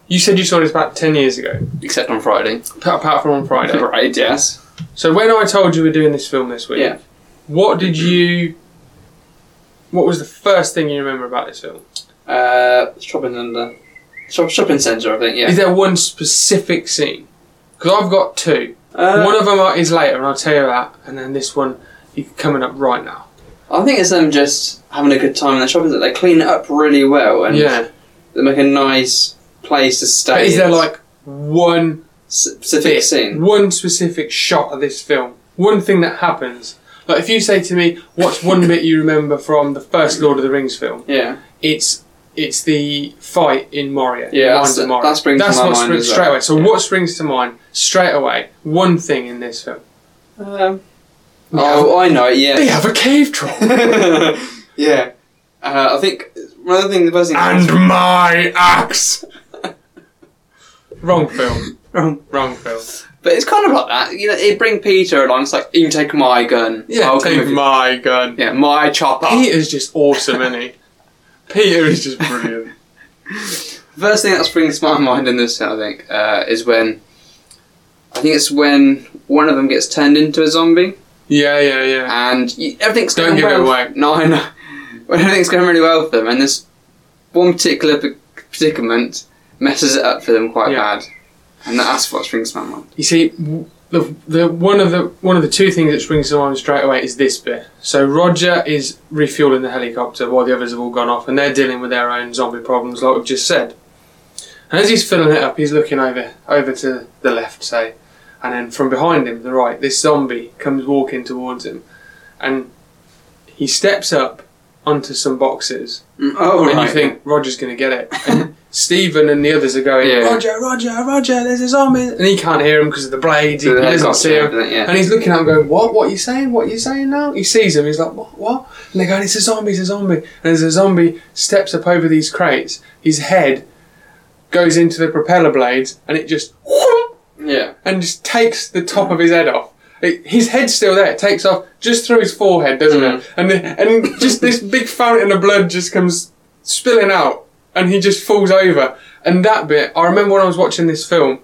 you said you saw this about ten years ago,
Except on Friday.
apart from on Friday.
Right. Yes.
So when I told you we're doing this film this week,
Yeah.
what did you? What was the first thing you remember about this film?
Uh, shopping under shop, shopping centre, I think. Yeah.
Is there one specific scene? Because I've got two.
Uh,
one of them is later, and I'll tell you that. And then this one, you coming up right now.
I think it's them just having a good time in the shopping centre. They clean it up really well and
yeah.
they make a nice place to stay.
But is there like one
S- specific
bit,
scene?
one specific shot of this film, one thing that happens? Like if you say to me, "What's one bit you remember from the first Lord of the Rings film?"
Yeah.
It's it's the fight in Moria.
Yeah,
Mines
that's-
of Moria.
that springs to
That's
my
what
mind
springs
as well.
straight away. So
Yeah.
what springs to mind straight away? One thing in this film.
Um, oh, I know. Yeah.
They have a cave troll.
yeah. Uh, I think one of the things, the first thing.
and my axe. Wrong film. Wrong film.
but it's kind of like that. You know, it bring Peter along. It's like, you can take my gun.
Yeah,
I'll come
take
with you."
my gun.
Yeah, my chopper.
Peter's just awesome, isn't he? Peter is just brilliant.
First thing that springs to my mind in this, I think, uh, is when I think it's when one of them gets turned into a zombie,
Yeah, yeah, yeah.
and you, everything's
Don't
going
give it
well.
away.
No, I know. When everything's going really well for them, and this one particular p- predicament messes it up for them quite
Yeah.
bad, and that's what springs to my mind.
You see, w- the, the one of the one of the two things that springs to mind straight away is this bit. So Roger is refueling the helicopter while the others have all gone off, and they're dealing with their own zombie problems, like we've just said. And as he's filling it up, he's looking over over to the left, say, and then from behind him, the right, this zombie comes walking towards him, and he steps up onto some boxes
Mm, Oh,
and
right.
you think Roger's going to get it. And Stephen and the others are going,
Yeah.
Roger, Roger, Roger, there's a zombie. And he can't hear him because of the blades, he,
So the
he doesn't see him.
helicopter, yeah.
And he's looking at him going, What? What are you saying? What are you saying now? He sees him, he's like, What? What? And they're going, It's a zombie, it's a zombie. And as a zombie steps up over these crates, his head goes into the propeller blades and it just whoop,
yeah.
and just takes the top of his head off. It, his head's still there. It takes off just through his forehead, doesn't
Mm.
it? And the, and just this big fountain of blood just comes spilling out, and he just falls over. And that bit, I remember when I was watching this film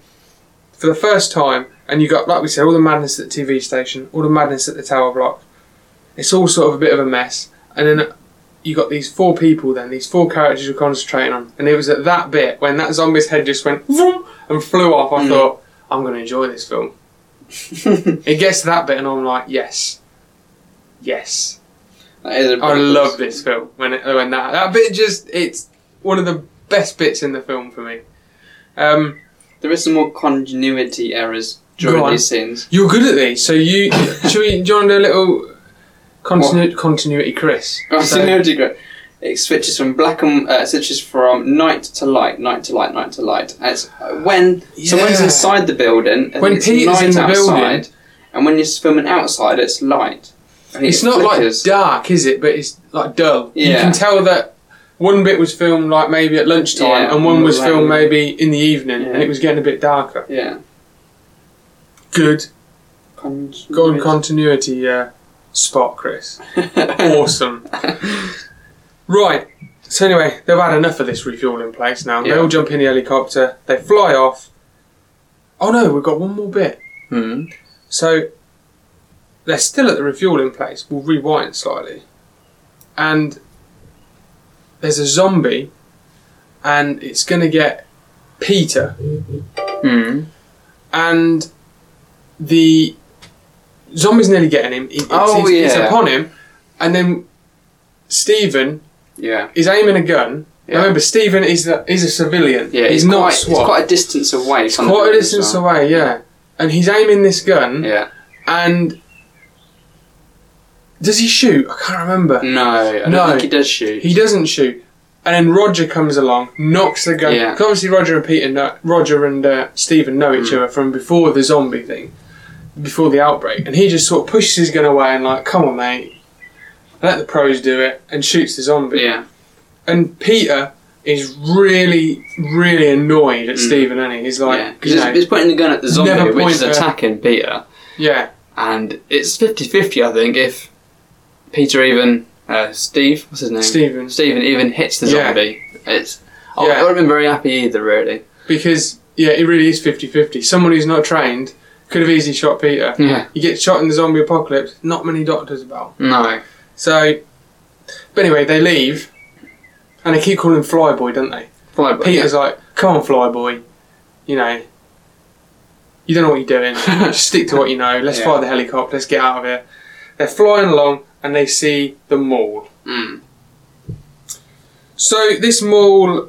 for the first time, and you got like we said, all the madness at the TV station, all the madness at the tower block. It's all sort of a bit of a mess, and then you got these four people. Then these four characters you're concentrating on, and it was at that bit when that zombie's head just went vroom and flew off. I
Mm.
thought, I'm going to enjoy this film. It gets to that bit, and I'm like, yes, yes,
That is a
I
pretty
love
cool-
this film. When it, when that that bit just it's one of the best bits in the film for me. Um,
There is some more continuity errors
Go
during
on.
these scenes.
you're good at these, so you should we do you want to do a little continu- continuity, Chris? So,
Continuity grid. It switches from black and uh, it switches from night to light, night to light, night to light. And it's uh, when so when he's
Yeah.
inside the building, and
When
it's
Peter's
night
in the
outside,
building.
and when you're filming outside, it's light. And
it's
it
not
flickers.
like dark, is it? But it's like dull. You
Yeah.
can tell that. One bit was filmed like maybe at lunchtime,
Yeah,
and one was
around-
filmed maybe in the evening, and
Yeah.
it was getting a bit darker.
yeah.
Good
Continuity.
Go on continuity uh, spot, Chris. Awesome. right. So anyway, they've had enough of this refueling place now. They
Yeah.
all jump in the helicopter. They fly off. Oh no, we've got one more bit.
Hmm.
So they're still at the refueling place. We'll rewind slightly, and there's a zombie, and it's gonna get Peter
Hmm.
and the zombie's nearly getting him. It, it's,
Oh,
it's, it's
yeah.
upon him, and then Stephen
Yeah.
is aiming a gun.
Yeah.
Remember, Stephen is a, is a civilian.
Yeah.
he's
it's
not
quite,
SWAT.
It's quite a distance away. from the
Quite a
building as
distance
well.
away, yeah. And he's aiming this gun,
Yeah.
and does he shoot? I can't remember.
No. I don't
No.
think he does shoot.
He doesn't shoot. And then Roger comes along, knocks the gun.
Yeah.
'cause obviously, Roger and Peter, know, Roger and uh, Stephen know
Hmm.
each other from before the zombie thing, before the outbreak. And he just sort of pushes his gun away and like, "Come on, mate, let the pros do it," and shoots the zombie.
Yeah.
And Peter is really, really annoyed at Stephen. And he's like,
Hmm. yeah. Because
you know,
he's, he's pointing the gun at the
Never
zombie, which
point
is
at-
attacking Peter.
yeah,
and it's 50-50 I think if Peter even uh, Steve what's his name
Stephen,
Stephen even hits the
Yeah.
zombie it's I-
Yeah.
I would have been very happy either really
because yeah, it really is 50-50. Someone who's not trained could have easily shot Peter.
yeah
You get shot in the zombie apocalypse. Not many doctors about.
no
So, but anyway, they leave, And they keep calling him Flyboy, don't they?
Flyboy.
Peter's like, come on, Flyboy. You know, you don't know what you're doing. Just stick to what you know. Let's
Yeah.
fly the helicopter. Let's get out of here. They're flying along and they see the mall.
yeah. Mm.
So this mall,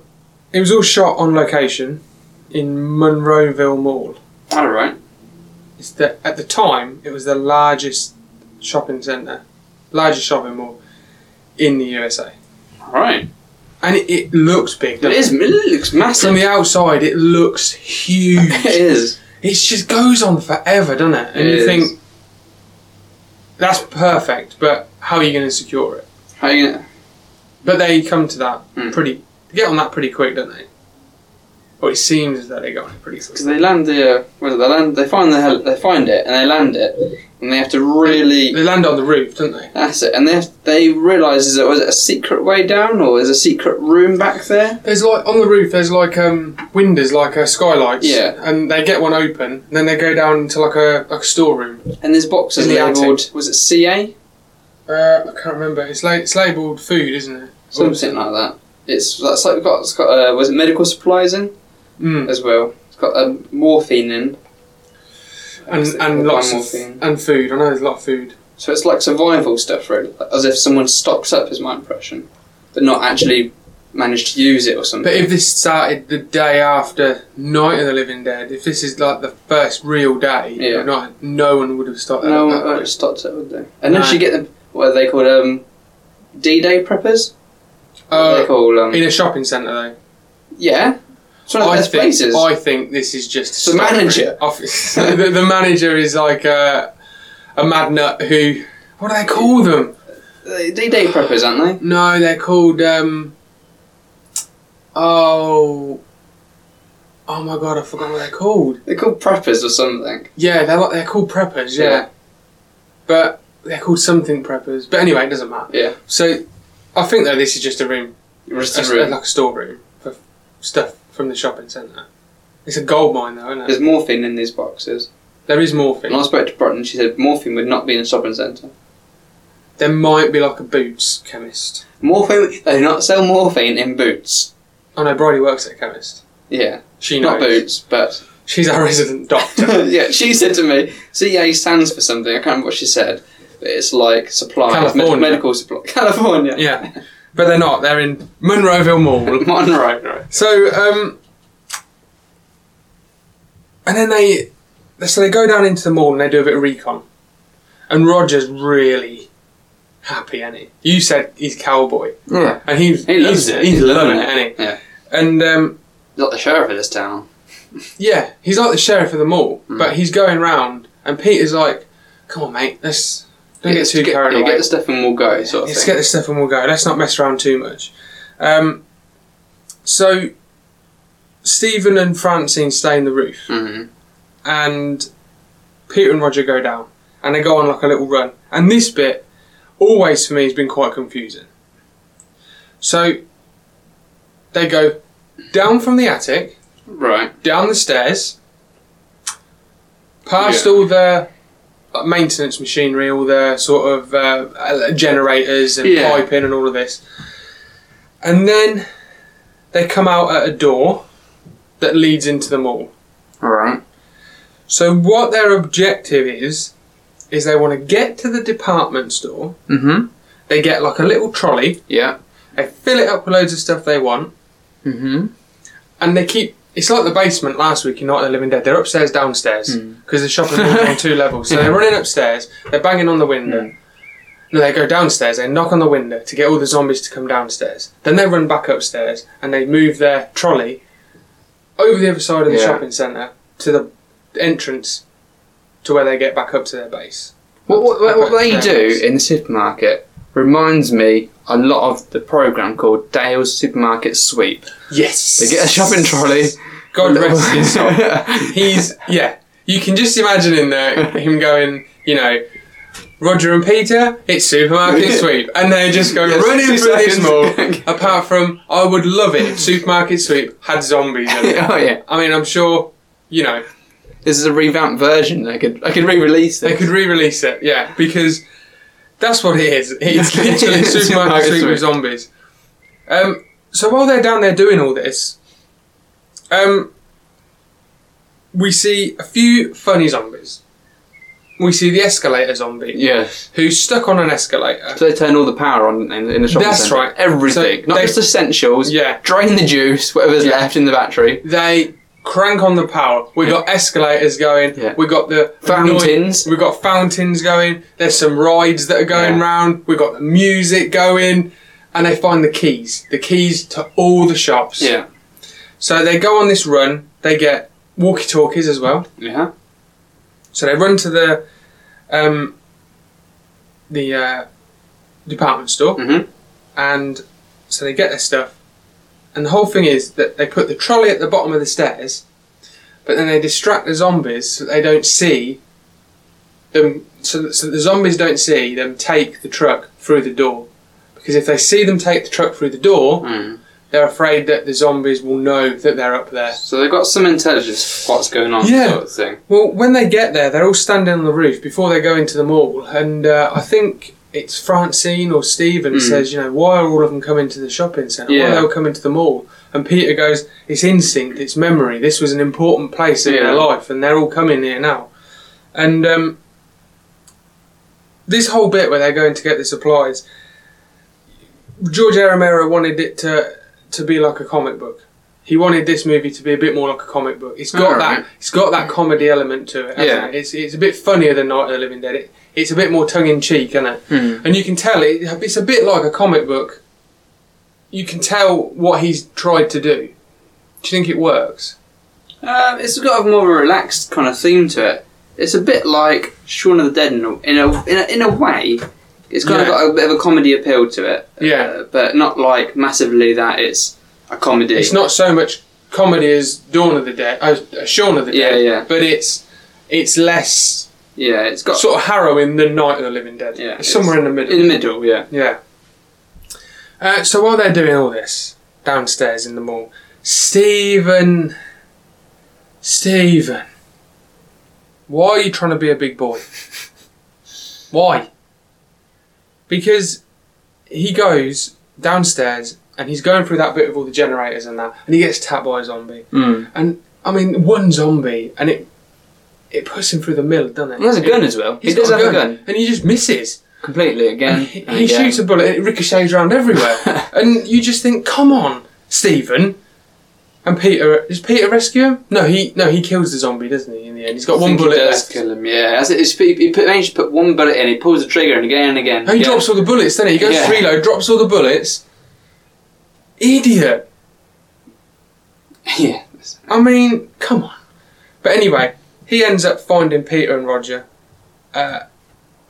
it was all shot on location in Monroeville Mall.
All right.
It's the, at the time, it was the largest shopping centre, largest shopping mall in the USA.
All right.
And it, it looks big.
It
doesn't
is. It looks massive.
From the outside, it looks huge.
it is.
it just goes on forever, doesn't it? And
It
you
is.
think that's perfect, but how are you going to secure it?
How you gonna-
But they come to that
Hmm.
pretty, they get on that pretty quick, don't they? Or it seems that they go on it pretty quick.
Because they land the, uh, what is it, they land, they find the, hel- they find it and they land it, and they have to really.
They land on the roof, don't they?
That's it. And they have, they realise is it was it a secret way down or is a secret room back there?
There's like on the roof. There's like um windows, like uh, skylights.
Yeah.
And they get one open, and then they go down into like a like a storeroom.
And there's boxes
In the
labelled. Was it CA?
Uh, I can't remember. It's la- it's labelled food, isn't it?
Something like that. It's that's like got it's got uh, was it medical supplies in
Mm.
as well? It's got um, morphine in.
And and lots of and food. I know there's a lot of food.
So it's like survival stuff, really, as if someone stocks up, is my impression, but not actually managed to use it or something.
But if this started the day after Night of the Living Dead, if this is like the first real day,
Yeah.
not, no one would have stopped. at
no
that Uh,
one would have
point.
stopped it, would they? Unless
No.
you get them, what are they called? Um, D-Day preppers. What are
Uh,
they called um,
in a shopping centre though.
yeah. It's one of
I
those
think,
places.
I think this is just
The manager.
Office. the, the manager is like a, a mad nut who. What do they call them?
They- D-Day preppers, aren't
No, they're called. Um, oh. Oh my god, I forgot what they're called.
they? They're called preppers or something.
Yeah, they're like, they're called preppers. Yeah.
Yeah.
But they're called something preppers. But anyway, it doesn't matter.
Yeah.
So, I think though this is just a room,
Just
a,
a room.
like a storeroom for stuff from the shopping centre. It's a gold mine though, isn't it?
There's morphine in these boxes.
there is morphine.
When I spoke to Broughton, she said morphine would not be in a shopping centre.
There might be like a boots chemist.
Morphine, they do not sell morphine in boots.
Oh no, Bridie works at a chemist.
Yeah,
She knows.
not boots, but
She's our resident doctor.
yeah, she said to me, CA stands for something. I can't remember what she said, but it's like supplies, med-
California.
medical supply, California.
yeah. But they're not. They're in Monroeville Mall.
Monroe. Right.
So, um, and then they, so they go down into the mall and they do a bit of recon. And Roger's really happy, ain't he? You said he's cowboy,
Yeah,
and he's
he
he's,
loves it.
He's loving it, ain't he?
Yeah,
And um,
he's like the sheriff of this town.
Yeah, he's like the sheriff of the mall,
Hmm.
but he's going round, and Peter's like, "Come on, mate, let's don't get,
Let's
too carried
yeah,
away.
Get the stuff and we'll go. Sort of
let's
thing.
get this stuff and we'll go. Let's not mess around too much." Um, so Stephen and Francine stay in the roof,
Mhm.
and Peter and Roger go down, and they go on like a little run. And this bit, always for me, has been quite confusing. So they go down from the attic
Right.
down the stairs, past
Yeah.
all the uh, maintenance machinery, all the sort of uh, uh, generators and
Yeah.
piping and all of this, and then they come out at a door that leads into the mall.
Right.
So what their objective is is they want to get to the department store. Mm-hmm.
Mhm.
They get like a little trolley.
Yeah.
They fill it up with loads of stuff they want, Mm-hmm.
Mhm.
and they keep. It's like the basement last week in Night of the Living Dead. They're upstairs, downstairs because the shopping mall's on two levels. So they're running upstairs. They're banging on the window. No, they go downstairs. They knock on the window to get all the zombies to come downstairs. Then they run back upstairs and they move their trolley over the other side of the
Yeah.
shopping centre to the entrance to where they get back up to their base.
What, what, what, what they
Yeah.
do in the supermarket reminds me a lot of the program called Dale's Supermarket Sweep.
Yes,
They get a shopping trolley.
God rest his soul. He's yeah. You can just imagine in there him going, you know, Roger and Peter, it's supermarket sweep, and they just go
Yes,
running
two
through this
seconds.
mall. apart from, I would love it if supermarket sweep had zombies. In it.
oh yeah,
I mean, I'm sure, you know,
this is a revamped version. I could I could re-release
they
it.
could re-release it, yeah, because that's what it is. It's literally supermarket
Supermarket
sweep
Sweep.
with zombies. Um, so while they're down there doing all this, um, we see a few funny zombies. We see the escalator zombie
Yeah.
who's stuck on an escalator.
So they turn all the power on in, in the shopping
That's
centre.
right.
Everything.
So
Not
they-
just essentials.
Yeah.
Drain the juice, whatever's
Yeah.
left in the battery.
They crank on the power. We've got escalators going.
Yeah.
We've got the
Fountains.
We've got fountains going. There's some rides that are going
Yeah.
round. We've got the music going. And they find the keys. The keys to all the shops.
Yeah.
So they go on this run. They get walkie talkies as well.
Yeah.
So they run to the um, the uh, department store,
Mhm.
and so they get their stuff. And the whole thing is that they put the trolley at the bottom of the stairs, but then they distract the zombies so they don't see them. So, that- so that the zombies don't see them take the truck through the door, because if they see them take the truck through the door,
Mm.
they're afraid that the zombies will know that they're up there.
So they've got some intelligence of what's going on
Yeah.
sort of thing.
Well, when they get there, they're all standing on the roof before they go into the mall, and uh, I think it's Francine or Stephen
Mm.
says, you know, why are all of them coming to the shopping centre? Why
Yeah.
are they all coming to the mall? And Peter goes, it's instinct, it's memory. This was an important place in
Yeah.
their life, and they're all coming here now. And um, this whole bit where they're going to get the supplies, George A. Romero wanted it to to be like a comic book. He wanted this movie to be a bit more like a comic book. It's got that
Alright.
it's got that comedy element to it. hasn't
Yeah.
it? It's, it's a bit funnier than Night of the Living Dead. It, it's a bit more tongue in cheek, isn't it?
Hmm.
And you can tell it, it's a bit like a comic book. You can tell what he's tried to do. Do you think it works?
Um, it's got a more of a relaxed kind of theme to it. It's a bit like Shaun of the Dead in a in a in a, in a way. It's kind
Yeah.
of got a bit of a comedy appeal to it.
Yeah.
uh, but not like massively that it's a comedy.
It's not so much comedy as Dawn of the Dead, as uh, Shaun of the
Yeah,
Dead,
yeah.
but it's it's less
Yeah, it's got
sort of harrowing than Night of the Living Dead.
Yeah,
it's somewhere in the middle.
in the middle. Yeah.
Yeah. Uh, so while they're doing all this downstairs in the mall, Stephen, Stephen, why are you trying to be a big boy? Why? Because he goes downstairs and he's going through that bit of all the generators and that, and he gets tapped by a zombie.
Mm.
And I mean, one zombie, and it it puts him through the mill, doesn't it?
He has a gun as well.
He's
he does
got
have a gun.
and he just misses.
Completely again.
He,
and
he
again.
shoots a bullet and it ricochets around everywhere. and you just think, come on, Stephen. And Peter, does Peter rescue him? No, he no he kills the zombie, doesn't he? In the end, he's got
I
one
think he
bullet
does
left.
Kill him. Yeah, That's it. It's- he, he put, managed to put one bullet in. He pulls the trigger and again and again.
And he
yeah.
drops all the bullets, doesn't he? He goes
Yeah.
to reload, drops all the bullets. Idiot.
yeah.
I mean, come on. But anyway, he ends up finding Peter and Roger. Uh,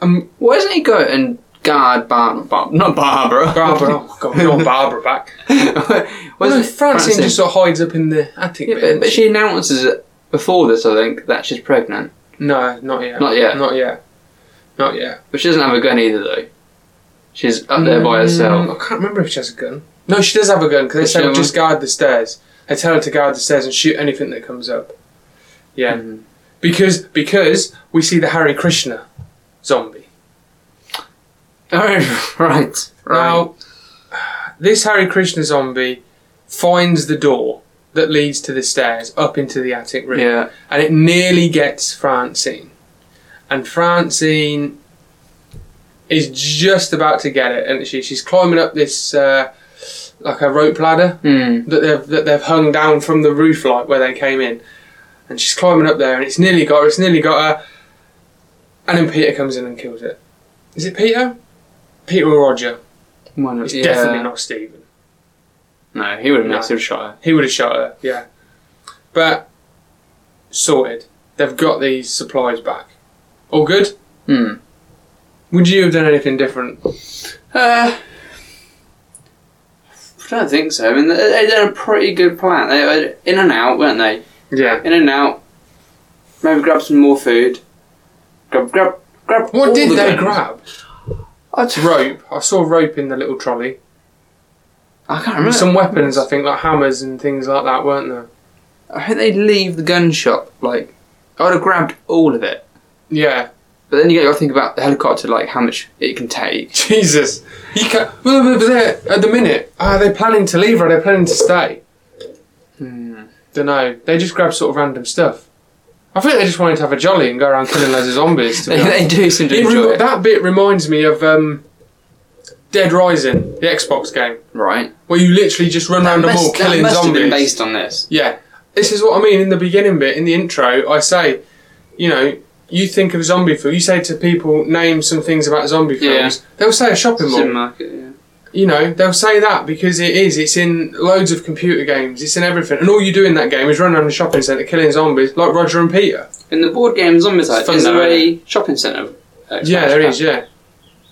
and
Why doesn't he go and guard Bar- Bar- not Barbara?
Barbara, oh my god, we want Barbara back. Well,
well,
no, Francine, just sort of hides up in the attic.
Yeah, but,
bit, doesn't
but she announces it before this, I think, that she's pregnant.
No, not yet.
Not yet.
Not yet. Not yet.
But she doesn't have a gun either, though. She's up there by herself.
Mm, I can't remember if she has a gun. No, she does have a gun because they
Does she
say
have
just guard the stairs. They tell her to guard the stairs and shoot anything that comes up. Yeah,
Mhm.
because because we see the Harry Krishna zombie.
Oh, right, right.
Now, this Harry Krishna zombie finds the door that leads to the stairs up into the attic room,
yeah,
and it nearly gets Francine, and Francine is just about to get it, and she she's climbing up this uh, like a rope ladder
Hmm.
that they've that they've hung down from the roof light where they came in, and she's climbing up there, and it's nearly got her, it's nearly got her, and then Peter comes in and kills it. Is it Peter? Peter or Roger?
Why not-
It's
yeah.
definitely not Stephen.
No, he would have
No.
massive shot her.
He would have shot her. Yeah, but sorted. They've got these supplies back. All good.
Hmm.
Would you have done anything different?
Uh, I don't think so. I mean, they, they did a pretty good plan. They were in and out, weren't they?
Yeah.
In and out. Maybe grab some more food. Grab, grab, grab.
What
all
did
the
they
guns.
grab?
I, d-
Rope. I saw rope in the little trolley.
I can't remember.
Some weapons, I think, like hammers and things like that, weren't there?
I think they'd leave the gun shop. Like, I would have grabbed all of it.
Yeah.
But then you got to think about the helicopter, like how much it can take.
Jesus, you can't. Well, over there at the minute, are they planning to leave or are they planning to stay?
Hmm.
Don't know. They just grab sort of random stuff. I think they just wanted to have a jolly and go around killing loads of zombies. To be
They,
honest.
they do seem to
It rem-
enjoy it,
That bit reminds me of um, Dead Rising, the Xbox game,
right?
where you literally just run around the
must,
mall
that
killing
must have been
zombies.
based on this.
Yeah, this is what I mean in the beginning bit, in the intro. I say, you know, you think of zombie food. You say to people, name some things about zombie
Yeah.
films. They'll say a shopping mall.
Supermarket, yeah.
You know, they'll say that because it is. It's in loads of computer games. It's in everything, and all you do in that game is run around the shopping centre killing zombies, like Roger and Peter.
In the board game Zombies, like,
fun
is
though,
there a shopping centre? uh,
yeah, there is. Yeah,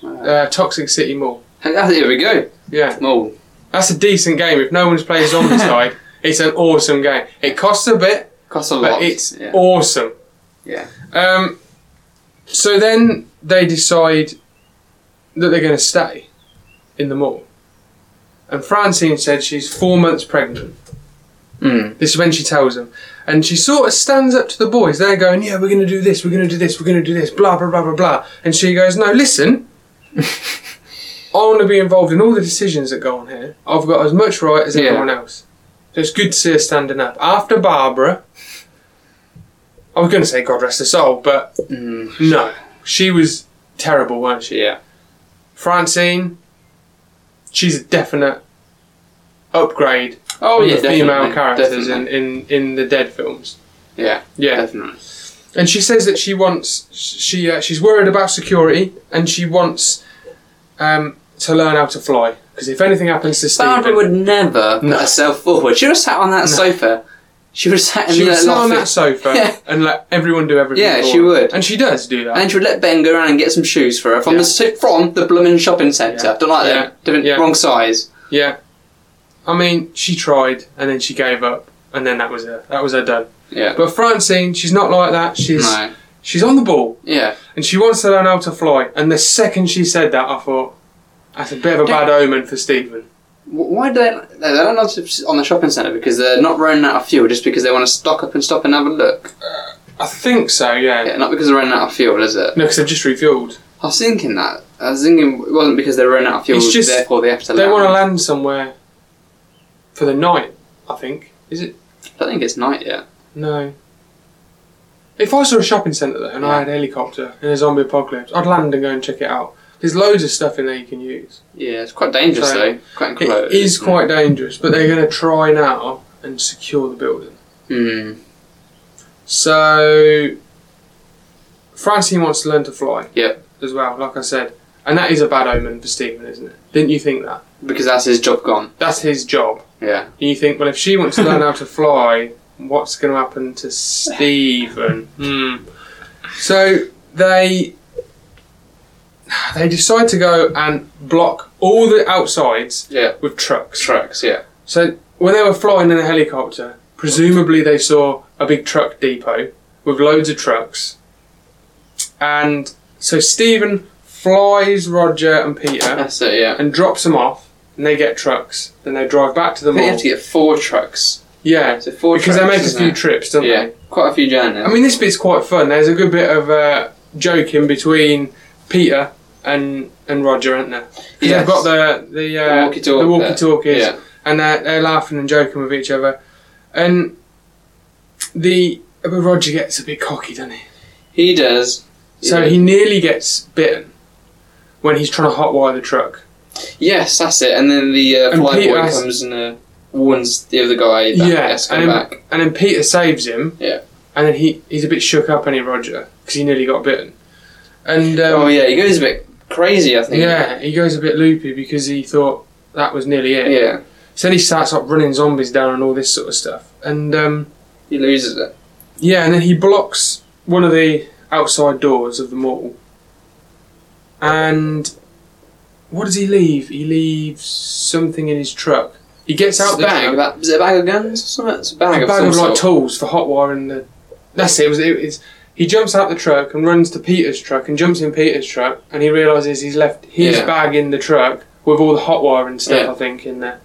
Wow.
uh, Toxic City Mall.
And that- ah, Here we go.
Yeah.
Well,
That's a decent game. If no one's played Zombies Tide, it's an awesome game. It costs a bit,
costs a lot.
but it's
yeah.
awesome.
Yeah.
Um, so then they decide that they're going to stay in the mall. And Francine said she's four months pregnant.
Mm.
This is when she tells them. And she sort of stands up to the boys. They're going, Yeah, we're going to do this, we're going to do this, we're going to do this, blah, blah, blah, blah, blah. And she goes, No, listen, I want to be involved in all the decisions that go on here. I've got as much right as
Yeah.
everyone else. So it's good to see her standing up. After Barbara, I was going to say God rest her soul, but
Mm,
no. She was terrible, weren't she?
yeah.
Francine, she's a definite upgrade
Oh,
on
yeah.
the female
definitely,
characters in,
definitely.
in, in the Dead films.
Yeah,
Yeah,
definitely.
and she says that she wants she uh, she's worried about security and she wants um, to learn how to fly because if anything happens to Stephen,
Barbara would never put
No.
herself forward. She would have sat on that sofa. She would have sat in
she
the
would sit on that
office.
sofa
Yeah.
and let everyone do everything.
Yeah,
for
she
her.
would.
and she does do that.
And she would let Ben go around and get some shoes for her from
Yeah.
the the from the blooming shopping centre.
Yeah.
Don't like them. Different,
Yeah.
wrong size.
yeah, I mean, she tried and then she gave up, and then that was her. That was her done.
Yeah.
But Francine, she's not like that. She's
No.
she's on the ball
Yeah.
and she wants to learn how to fly. And the second she said that, I thought that's a bit of a bad omen for Stephen.
Wh- Why do they? They don't know to sit on the shopping centre because they're not running out of fuel. Just because they want to stock up and stop and have a look.
I think so. Yeah.
Yeah, not because they're running out of fuel, is it?
No, because they've just refueled.
I was thinking that. I was thinking it wasn't because they're running out of fuel.
It's just-
therefore they have to.
They
land.
want to land somewhere for the night. I think is it
I don't think it's night yet.
No. If I saw a shopping centre though and I had a helicopter in a zombie apocalypse, I'd land and go and check it out. There's loads of stuff in there you can use.
Yeah, it's quite dangerous
So,
though. Quite
It
enclosed. Hmm.
is quite dangerous, but they're going to try now and secure the building.
Hmm.
So, Francine wants to learn to fly.
Yep.
As well, like I said. And that is a bad omen for Stephen, isn't it? Didn't you think that?
Because that's his job gone.
That's his job.
Yeah.
And you think, well, if she wants to learn how to fly, what's going to happen to Stephen? Hmm. So they they decide to go and block all the outsides
Yeah.
with trucks.
Trucks. Yeah.
So when they were flying in a helicopter, presumably they saw a big truck depot with loads of trucks, and so Stephen flies Roger and Peter
That's it. Yeah.
and drops them off, and they get trucks. Then they drive back to the
I think you
mall.
have to get four trucks.
Yeah,
So four
because they
trucks,
make a
isn't
few
it?
trips, don't
Yeah.
they?
Quite a few journeys.
I mean, this bit's quite fun. There's a good bit of uh, joking between Peter and and Roger, aren't there? 'Cause
Yes.
They've got the the,
The
uh,
walkie-talkie.
the walkie-talkies,
Yeah.
and they're, they're laughing and joking with each other. And the but Roger gets a bit cocky, doesn't he?
He does.
So
Yeah.
he nearly gets bitten when he's trying to hotwire the truck.
Yes, that's it. And then the uh,
And
fly
Peter
boy
has-
comes and uh, warns the other guy that
Yeah,
yeah, has to
and
come
then-
back.
and then Peter saves him.
Yeah.
And then he, he's a bit shook up, any Roger, because he nearly got bitten. And um,
oh yeah, he goes a bit crazy. I think.
yeah, he goes a bit loopy because he thought that was nearly it.
Yeah.
So then he starts up running zombies down and all this sort of stuff. And um,
He loses it.
yeah, and then he blocks one of the outside doors of the mall. And what does he leave? He leaves something in his truck. He gets out
It's a
the truck.
bag. That, is it a bag of guns or something? It's a bag
a
of
bag
some
of like
sort.
tools for hot wiring the. That's it. it, was, it it's, he jumps out the truck and runs to Peter's truck and jumps in Peter's truck and he realizes he's left his
Yeah.
bag in the truck with all the hot wiring stuff.
Yeah.
I think in there.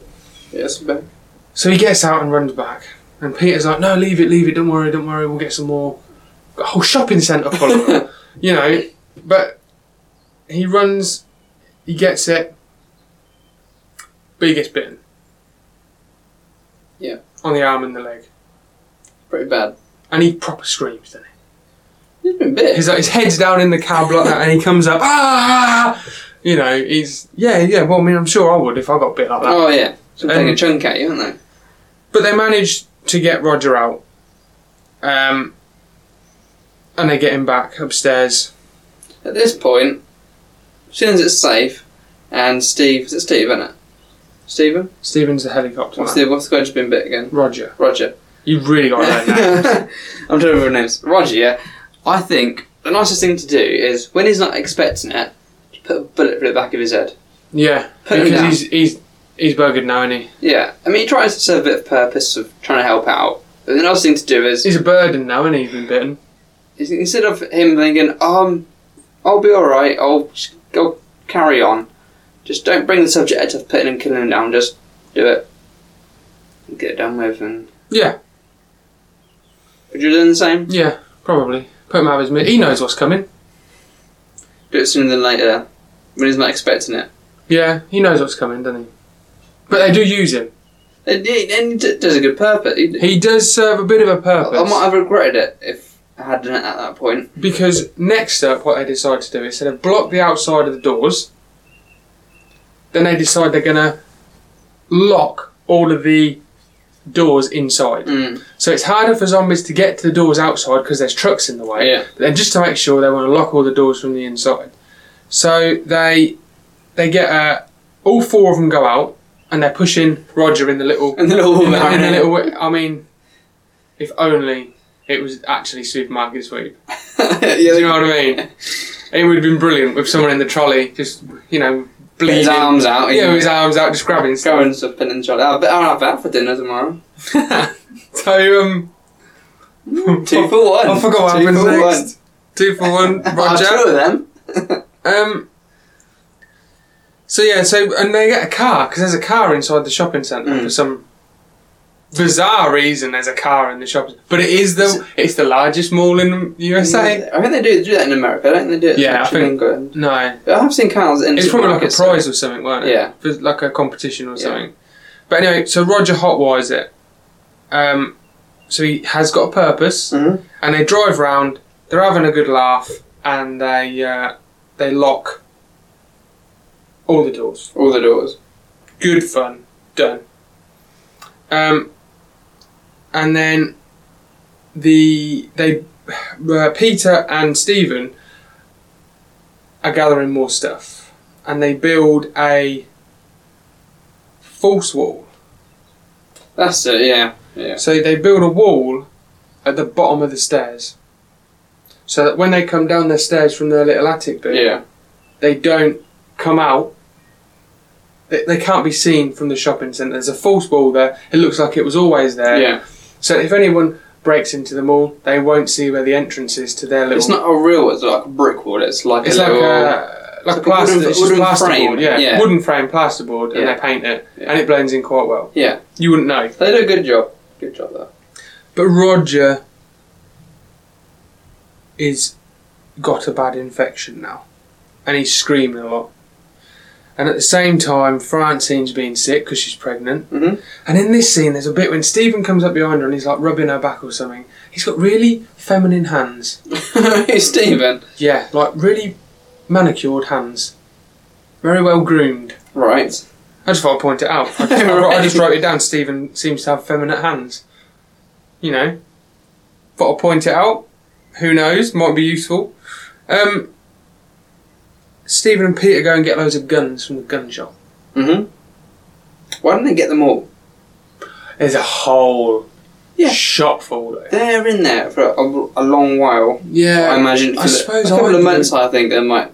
Yes, a bag.
So he gets out and runs back and Peter's like, "No, leave it, leave it. Don't worry, don't worry. We'll get some more. Got a whole shopping centre full of them." You know, But he runs, he gets it, but he gets bitten.
Yeah.
On the arm and the leg.
Pretty bad.
And he proper screams, doesn't
He's been
he?
bit.
He's like, his head's down in the cab like that, and he comes up, ah! You know, he's, yeah, yeah, well, I mean, I'm sure I would if I got bit like that.
oh yeah, so
Um,
taking a chunk at you, aren't
But they managed to get Roger out. Um, and they get him back upstairs.
they? At this point, as soon as it's safe, and Steve, is it Steve, isn't it? Stephen?
Stephen's the helicopter.
What's
man.
the what's the guy who's been bit again?
Roger.
Roger.
You've really got to know that.
I'm trying to remember names. Roger, yeah. I think the nicest thing to do is when he's not expecting it, just put a bullet through the back of his head.
Yeah.
Put him
because
down.
he's, he's, he's buggered now, isn't he?
Yeah, I mean, he tries to serve a bit of purpose of trying to help out. But the nice thing to do is,
He's a burden now, and he's been bitten.
is instead of him thinking, um, I'll be alright, I'll just go carry on, just don't bring the subject of putting and killing him down, just do it. And get it done with. And
Yeah,
Would you do the same?
yeah, probably. Put him out of his misery. He knows what's coming.
Do it sooner than later, when he's not expecting it.
Yeah, he knows what's coming, doesn't he? But they do use him.
And he, and he d- does a good purpose. He-
He does serve a bit of a
I might
purpose
have regretted it if I had done it at that point.
because next up, what they decide to do is they block the outside of the doors. Then they decide they're gonna lock all of the doors inside.
Mm.
So it's harder for zombies to get to the doors outside because there's trucks in the way.
Yeah.
But then just to make sure, they want to lock all the doors from the inside. So they they get uh, all four of them go out and they're pushing Roger in the little
And the little
in
woman.
the, in the little. wi- I mean, if only it was actually supermarket sweep.
yeah,
Do you know what I mean? It would have been brilliant with someone in the trolley just you know bleeding.
His arms out.
Yeah, with his arms out, just grabbing stuff.
Going stuff in and shot. I'll, be- I'll have that for dinner tomorrow.
So um,
Two for one.
I forgot what
Two
happens
for
next. Two for one,
one. Ah,
Roger.
Two of them.
Um. So yeah, so and they get a car because there's a car inside the shopping centre
Mm.
for some bizarre reason. There's a car in the shopping, but it is the it's the largest mall in the USA.
I think they do, do that in America. I don't think they do it
Yeah, I
yeah, in
think-
England.
No,
But I have seen cars in
it's probably like a
supermarkets.
prize or something, weren't it?
Yeah.
for like a competition or
Yeah.
something. But anyway, so Roger hotwires it. Um, so he has got a purpose,
Mhm.
and they drive round. They're having a good laugh, and they uh, they lock all the doors.
All the doors.
good fun. Done. Um, and then the they uh, Peter and Stephen are gathering more stuff, and they build a false wall.
That's it, yeah. Yeah.
So they build a wall at the bottom of the stairs, so that when they come down the stairs from their little attic bit,
Yeah.
they don't come out. They, they can't be seen from the shopping centre. There's a false wall there. It looks like it was always there.
Yeah.
So if anyone breaks into the mall, they won't see where the entrance is to their little.
It's not a real wall, it's like a brick wall. It's like
It's
a
like uh, a
little...
like
like
a
a
plaster.
wooden-
it's just
wooden
plasterboard.
frame.
Yeah.
Yeah.
Wooden frame plasterboard, and
Yeah.
they paint it,
Yeah.
and it blends in quite well.
Yeah.
You wouldn't know.
They do a good job. Good job, though.
But Roger is got a bad infection now, and he's screaming a lot. And at the same time, Francine's being sick because she's pregnant.
Mhm.
And in this scene, there's a bit when Stephen comes up behind her and he's like rubbing her back or something. He's got really feminine hands.
Who's Steven?
Yeah, like really manicured hands, very well groomed.
Right.
I just thought I'd point it out. I just, I wrote- I just wrote it down. Stephen seems to have feminine hands. You know, thought I'd point it out. Who knows? Might be useful. Um, Stephen and Peter go and get loads of guns from the gun shop.
hmm Why didn't they get them all?
There's a whole
Yeah.
shop full. Though.
They're in there for a, a long while.
Yeah,
I imagine for
I suppose
a couple
I
of months. I think they might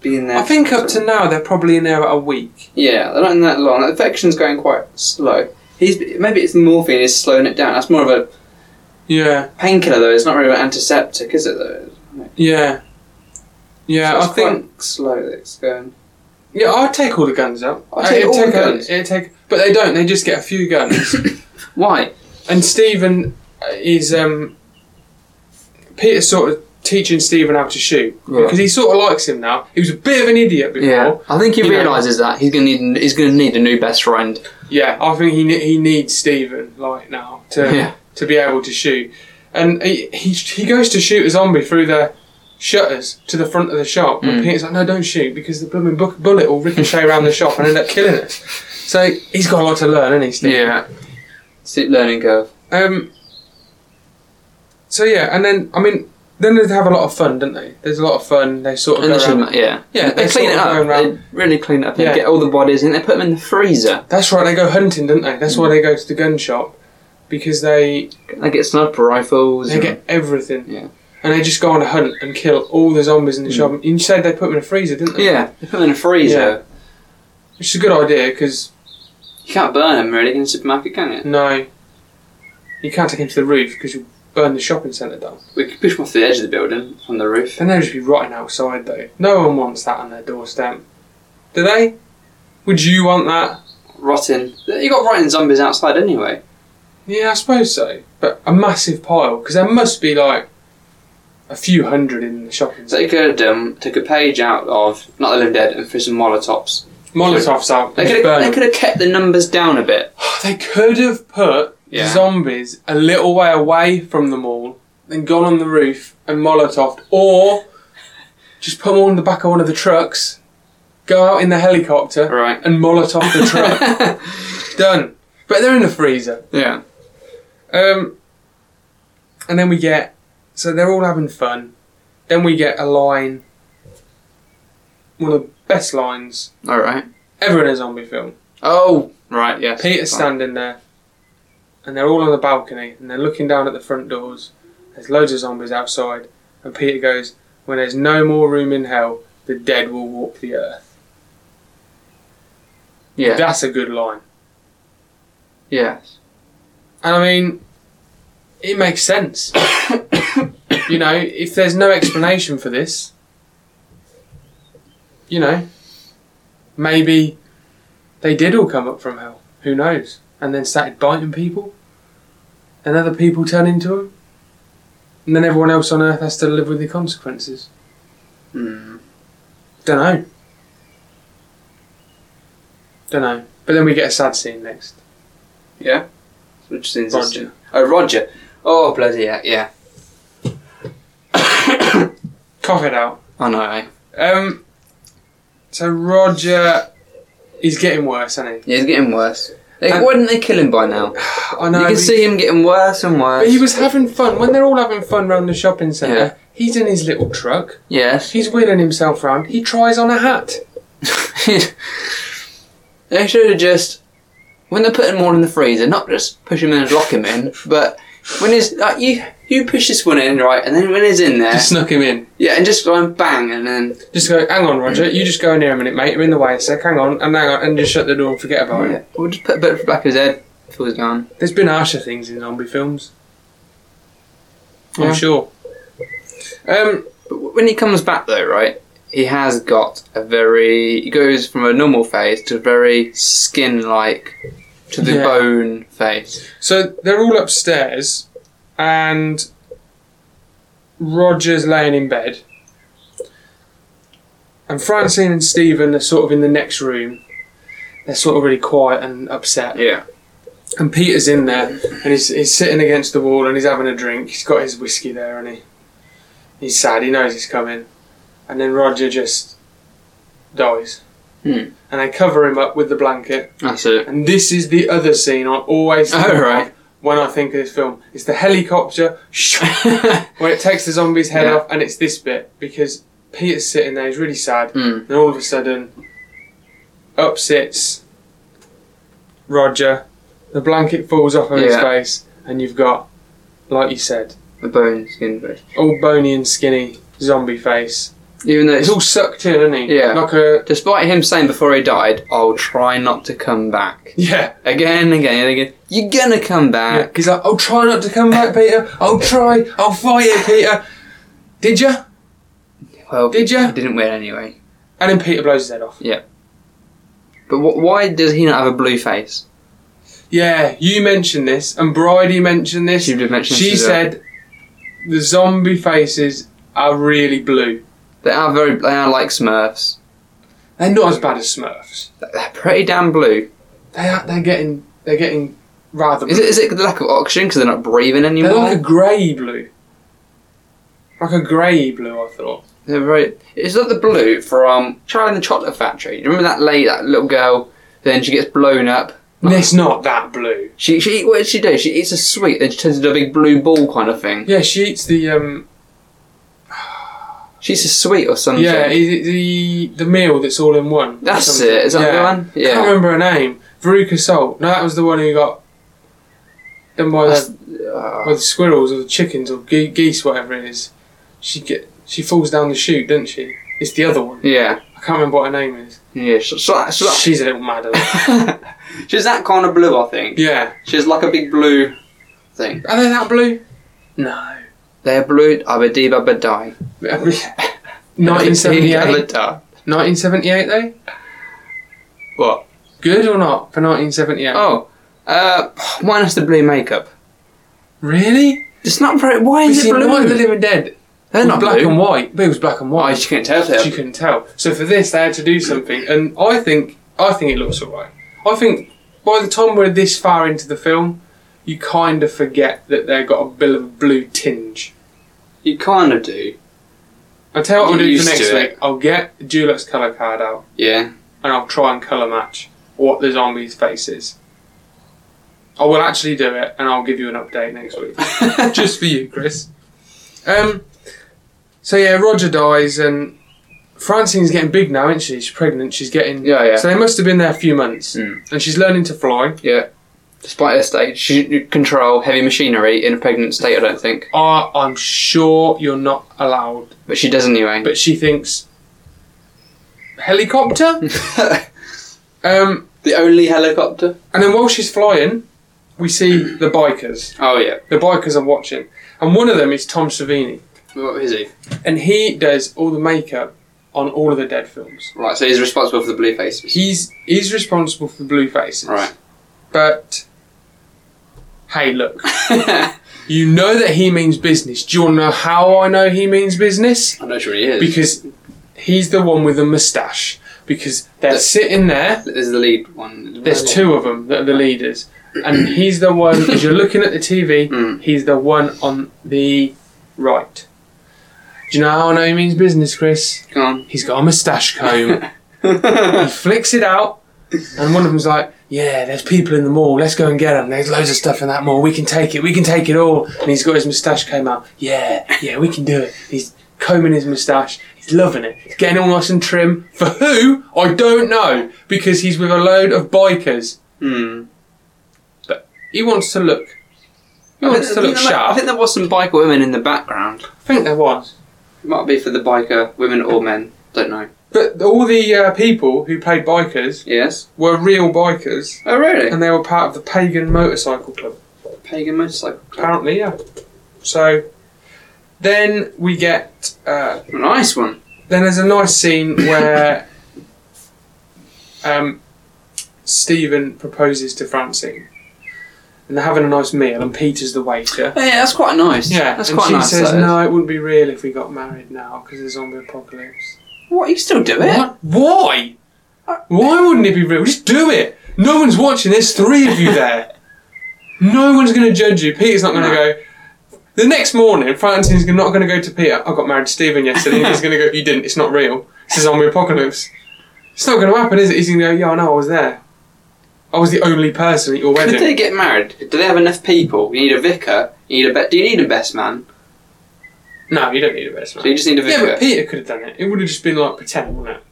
be in there.
I think
for
up to now they're probably in there about a week.
yeah, they're not in that long. Infection's going quite slow. He's maybe it's the morphine is slowing it down. That's more of a
Yeah,
painkiller though. It's not really an antiseptic, is it though?
yeah, yeah.
So
I
it's
think
quite slow that it's going.
Yeah, I'd take all the guns out.
I'd take
It'd
all the
a-
guns.
it'd take, but they don't. They just get a few guns.
Why?
uh, and Stephen is um, Peter sort of teaching Stephen how to shoot
Yeah.
because he sort of likes him now. He was a bit of an idiot before.
Yeah, I think he
You know.
realizes that he's gonna need he's gonna need a new best friend.
Yeah, I think he ne- he needs Stephen like now to
Yeah.
to be able to shoot, and he, he he goes to shoot a zombie through the shutters to the front of the shop.
Mm.
And Peter's like, no, don't shoot because the blooming bu- bullet will ricochet around the shop and end up killing us. So he's got a lot to learn, isn't he? Stephen?
Yeah, it's a learning curve.
Um. So yeah, and then I mean, then they have a lot of fun, don't they? There's a lot of fun. They sort of
And
go
they should,
around-
ma- yeah,
Yeah,
they,
they
clean
sort
it
of go
up.
around-
They really clean it up. They
Yeah.
get all the bodies and they put them in the freezer.
That's right. They go hunting, don't they?
Mm.
That's why they go to the gun shop because they
They get sniper rifles.
they
and-
get everything.
Yeah. Mm.
And they just go on a hunt and kill all the zombies in the shop. And you said they put them in a freezer, didn't they?
yeah, they put them in a freezer.
Which is a good idea because
You can't burn them really in the supermarket, can you?
no, you can't take them to the roof because you'll burn the shopping centre down.
We could push them off the edge of the building from the roof.
Then they'll just be rotting outside though. No one wants that on their doorstep, do they? Would you want that?
Rotten. You got rotten zombies outside anyway.
Yeah, I suppose so. But a massive pile, because there must be like a few hundred in the shopping
So
centre.
they could um, took a page out of Not the Living Dead and threw some Molotovs.
Molotovs out.
They
just
could
burn
they
them. Oh,
could have kept the numbers down a bit.
They could have put
Yeah.
zombies a little way away from them all, then gone on the roof and Molotov, or just put them all in the back of one of the trucks, go out in the helicopter,
Right.
and Molotov the truck. Done. But they're in the freezer.
yeah,
Um, and then we get so they're all having fun. Then we get a line, one of the best lines
all right.
ever in a zombie film.
Oh, right. Yes.
Peter's standing there, and they're all on the balcony, and they're looking down at the front doors. There's loads of zombies outside, and Peter goes, "When there's no more room in hell, the dead will walk the earth."
Yeah.
That's a good line,
yes.
and I mean, it makes sense. you know, if there's no explanation for this, you know, maybe they did all come up from hell. Who knows? And then started biting people, and other people turn into them, and then everyone else on earth has to live with the consequences.
Hmm.
Don't know. Don't know. But then we get a sad scene next.
Yeah. Which seems
Roger.
interesting. Oh, Roger. Oh, bloody yeah. Yeah.
Cough it out.
I know. Eh?
Um. So Roger is getting worse, isn't he?
Yeah, he's getting worse. Like,
And-
why didn't they kill him by now?
I know.
you can
but-
see him getting worse and worse.
But he was having fun. When they're all having fun round the shopping centre,
Yeah.
he's in his little truck.
Yes.
He's wheeling himself round. He tries on a hat.
they should have just when they're putting more in the freezer, not just push him in and lock him in, but when he's like you
You push this one in right, and then when it's in there,
Just snuck him in.
yeah, and just go and bang, and then
Just go, hang on, Roger. You just go in here a minute, mate. I'm in the way a sec. Hang on, and hang on, and just shut the door and forget about it.
yeah, we'll just put a bit of the back of his head till he's gone.
There's been harsher things in zombie films.
Yeah.
I'm sure. Um,
But w- when he comes back though, right, he has got a very he goes from a normal phase to a very skin like to the
Yeah.
bone phase.
so they're all upstairs, and Roger's laying in bed, and Francine and Stephen are sort of in the next room. They're sort of really quiet and upset.
Yeah.
And Peter's in there, and he's, he's sitting against the wall, and he's having a drink. He's got his whiskey there, and he he's sad. He knows he's coming, and then Roger just dies,
Hmm.
and they cover him up with the blanket.
That's it.
And this is the other scene I always think
Oh,
of
right.
when I think of this film. It's the helicopter where it takes the zombie's head
Yeah.
off, and it's this bit because Peter's sitting there. He's really sad,
Hmm.
and all of a sudden, up sits Roger. The blanket falls off of his
Yeah.
face, and you've got, like you said,
The bone skin phase.
all bony and skinny zombie face.
Even though
It's
it's all
all sucked in, isn't he?
Yeah.
Like a
Despite him saying before he died, I'll try not to come back.
yeah.
Again and again and again. You're gonna come
yeah.
back.
He's like, I'll try not to come back, Peter. I'll try. I'll fight it, Peter. Did you?
Well,
Did ya?
He didn't win anyway.
And then Peter blows his head off.
But wh- why does he not have a blue face?
Yeah, you mentioned this, and Bridie mentioned this.
She did mention this
She
as well.
said the zombie faces are really blue.
They are very. They are like Smurfs.
They're not as bad as Smurfs.
They're pretty damn blue.
They are. They're getting. They're getting rather. Blue.
Is it? Is it the lack of oxygen because they're not breathing anymore?
They're like a grey blue. Like a grey blue, I thought.
They're very. It's like the blue from Charlie and the Chocolate Factory. You remember that lady, that little girl? Then she gets blown up.
It's not that blue.
She she eat- what did she do? She eats a sweet, then she turns into a big blue ball kind of thing.
Yeah, she eats the um.
She eats a sweet or something.
Yeah, i- the the meal that's all in one. or
that's
something.
it. Is that the
Yeah.
one?
I can't
Yeah.
remember her name. Veruca Salt. No, that was the one who got done by
That's-
the,
uh,
by the squirrels or the chickens or ge- geese, whatever it is. She get she falls down the chute, doesn't she? It's the other one.
yeah.
I can't remember what her name is.
Yeah. She, she, she,
She's a little mad. at it.
she's that kind of blue, I think.
yeah.
She's like a big blue thing.
Are they that blue? No.
They're blue. Abadi babadai.
1978.
Abadi.
1978 though.
What?
Good or not for 1978?
Oh, uh, minus the blue makeup.
really?
It's not very. Why
Is
is it
it Night
blue?
of the Living Dead?
They're
was
not
black
blue.
and white. But it was black and
Oh,
white.
she couldn't tell them.
She couldn't tell. So for this, they had to do something, and I think I think it looks alright. I think by the time we're this far into the film, you kind of forget that they've got a bit of a blue tinge.
You kind of do.
I'll tell you what I'll
You're
do for
used
next
to
week.
it.
I'll get the Dulux colour card out,
Yeah.
and I'll try and colour match what the zombies' face is. I will actually do it, and I'll give you an update next week. just for you, Chris. Um. So yeah, Roger dies, and Francine's getting big now, isn't she? She's pregnant. She's getting.
Yeah, yeah.
So they must have been there a few months,
Mm.
and she's learning to fly.
yeah. Despite her state, she didn't control heavy machinery in a pregnant state. I don't think,
Ah, I'm sure you're not allowed,
but she does anyway.
but she thinks helicopter. um,
the only helicopter?
and then while she's flying, we see the bikers.
Oh, yeah.
The bikers are watching, and one of them is Tom Savini,
What is he?
and he does all the makeup on all of the dead films.
Right, so he's responsible for the blue faces.
he's he's responsible for blue faces.
Right.
But hey, look, you know that he means business. Do you want to know how I know he means business?
I'm not sure he is.
Because he's the one with the moustache. Because they're
The-
sitting there.
This is the lead one.
There's two of them that are the leaders, and he's the one. As you're looking at the TV,
Mm.
he's the one on the right. Do you know how I know he means business, Chris?
Come on. Hmm.
He's got a moustache comb he flicks it out, and one of them's like, "Yeah, there's people in the mall. Let's go and get them. There's loads of stuff in that mall. We can take it. We can take it all." And he's got his moustache came out. Yeah, yeah, we can do it. He's combing his moustache. He's loving it. He's getting all nice and trim. For who? I don't know because he's with a load of bikers.
Hmm.
He wants to look. He wants to look
I
sharp.
think there was some biker women in the background.
I think there was.
It might be for the biker, women or men. Don't know.
But all the uh, people who played bikers
Yes.
were real bikers,
Oh, really?
and they were part of the Pagan Motorcycle Club.
Pagan motorcycle. club.
Apparently, yeah. So then we get uh,
Nice one.
then there's a nice scene where um, Stephen proposes to Francine, and they're having a nice meal, and Peter's the waiter.
Oh, yeah, that's quite nice.
Yeah,
That's
and
quite
she
nice.
says,
that is.
"No, it wouldn't be real if we got married now because of the zombie apocalypse."
What? Uh, You still do it?
What? Why? Why wouldn't it be real? Just do it. No one's watching. There's three of you there. no one's going to judge you. Peter's not going to
No.
go. The next morning, Francine's not going to go to Peter. I got married to Stephen yesterday. and he's going to go. You didn't. It's not real. It's a zombie apocalypse. It's not going to happen, is it? He's going to go. Yeah, I know. I was there. I was the only person at your
Could
wedding.
they get married? Do they have enough people? You need a vicar. You need a be- Do you need a best man?
No, you don't need a best
So you
man.
just need a
Yeah,
vicar.
but Peter could have done it. It would have just been like pretend, wouldn't it?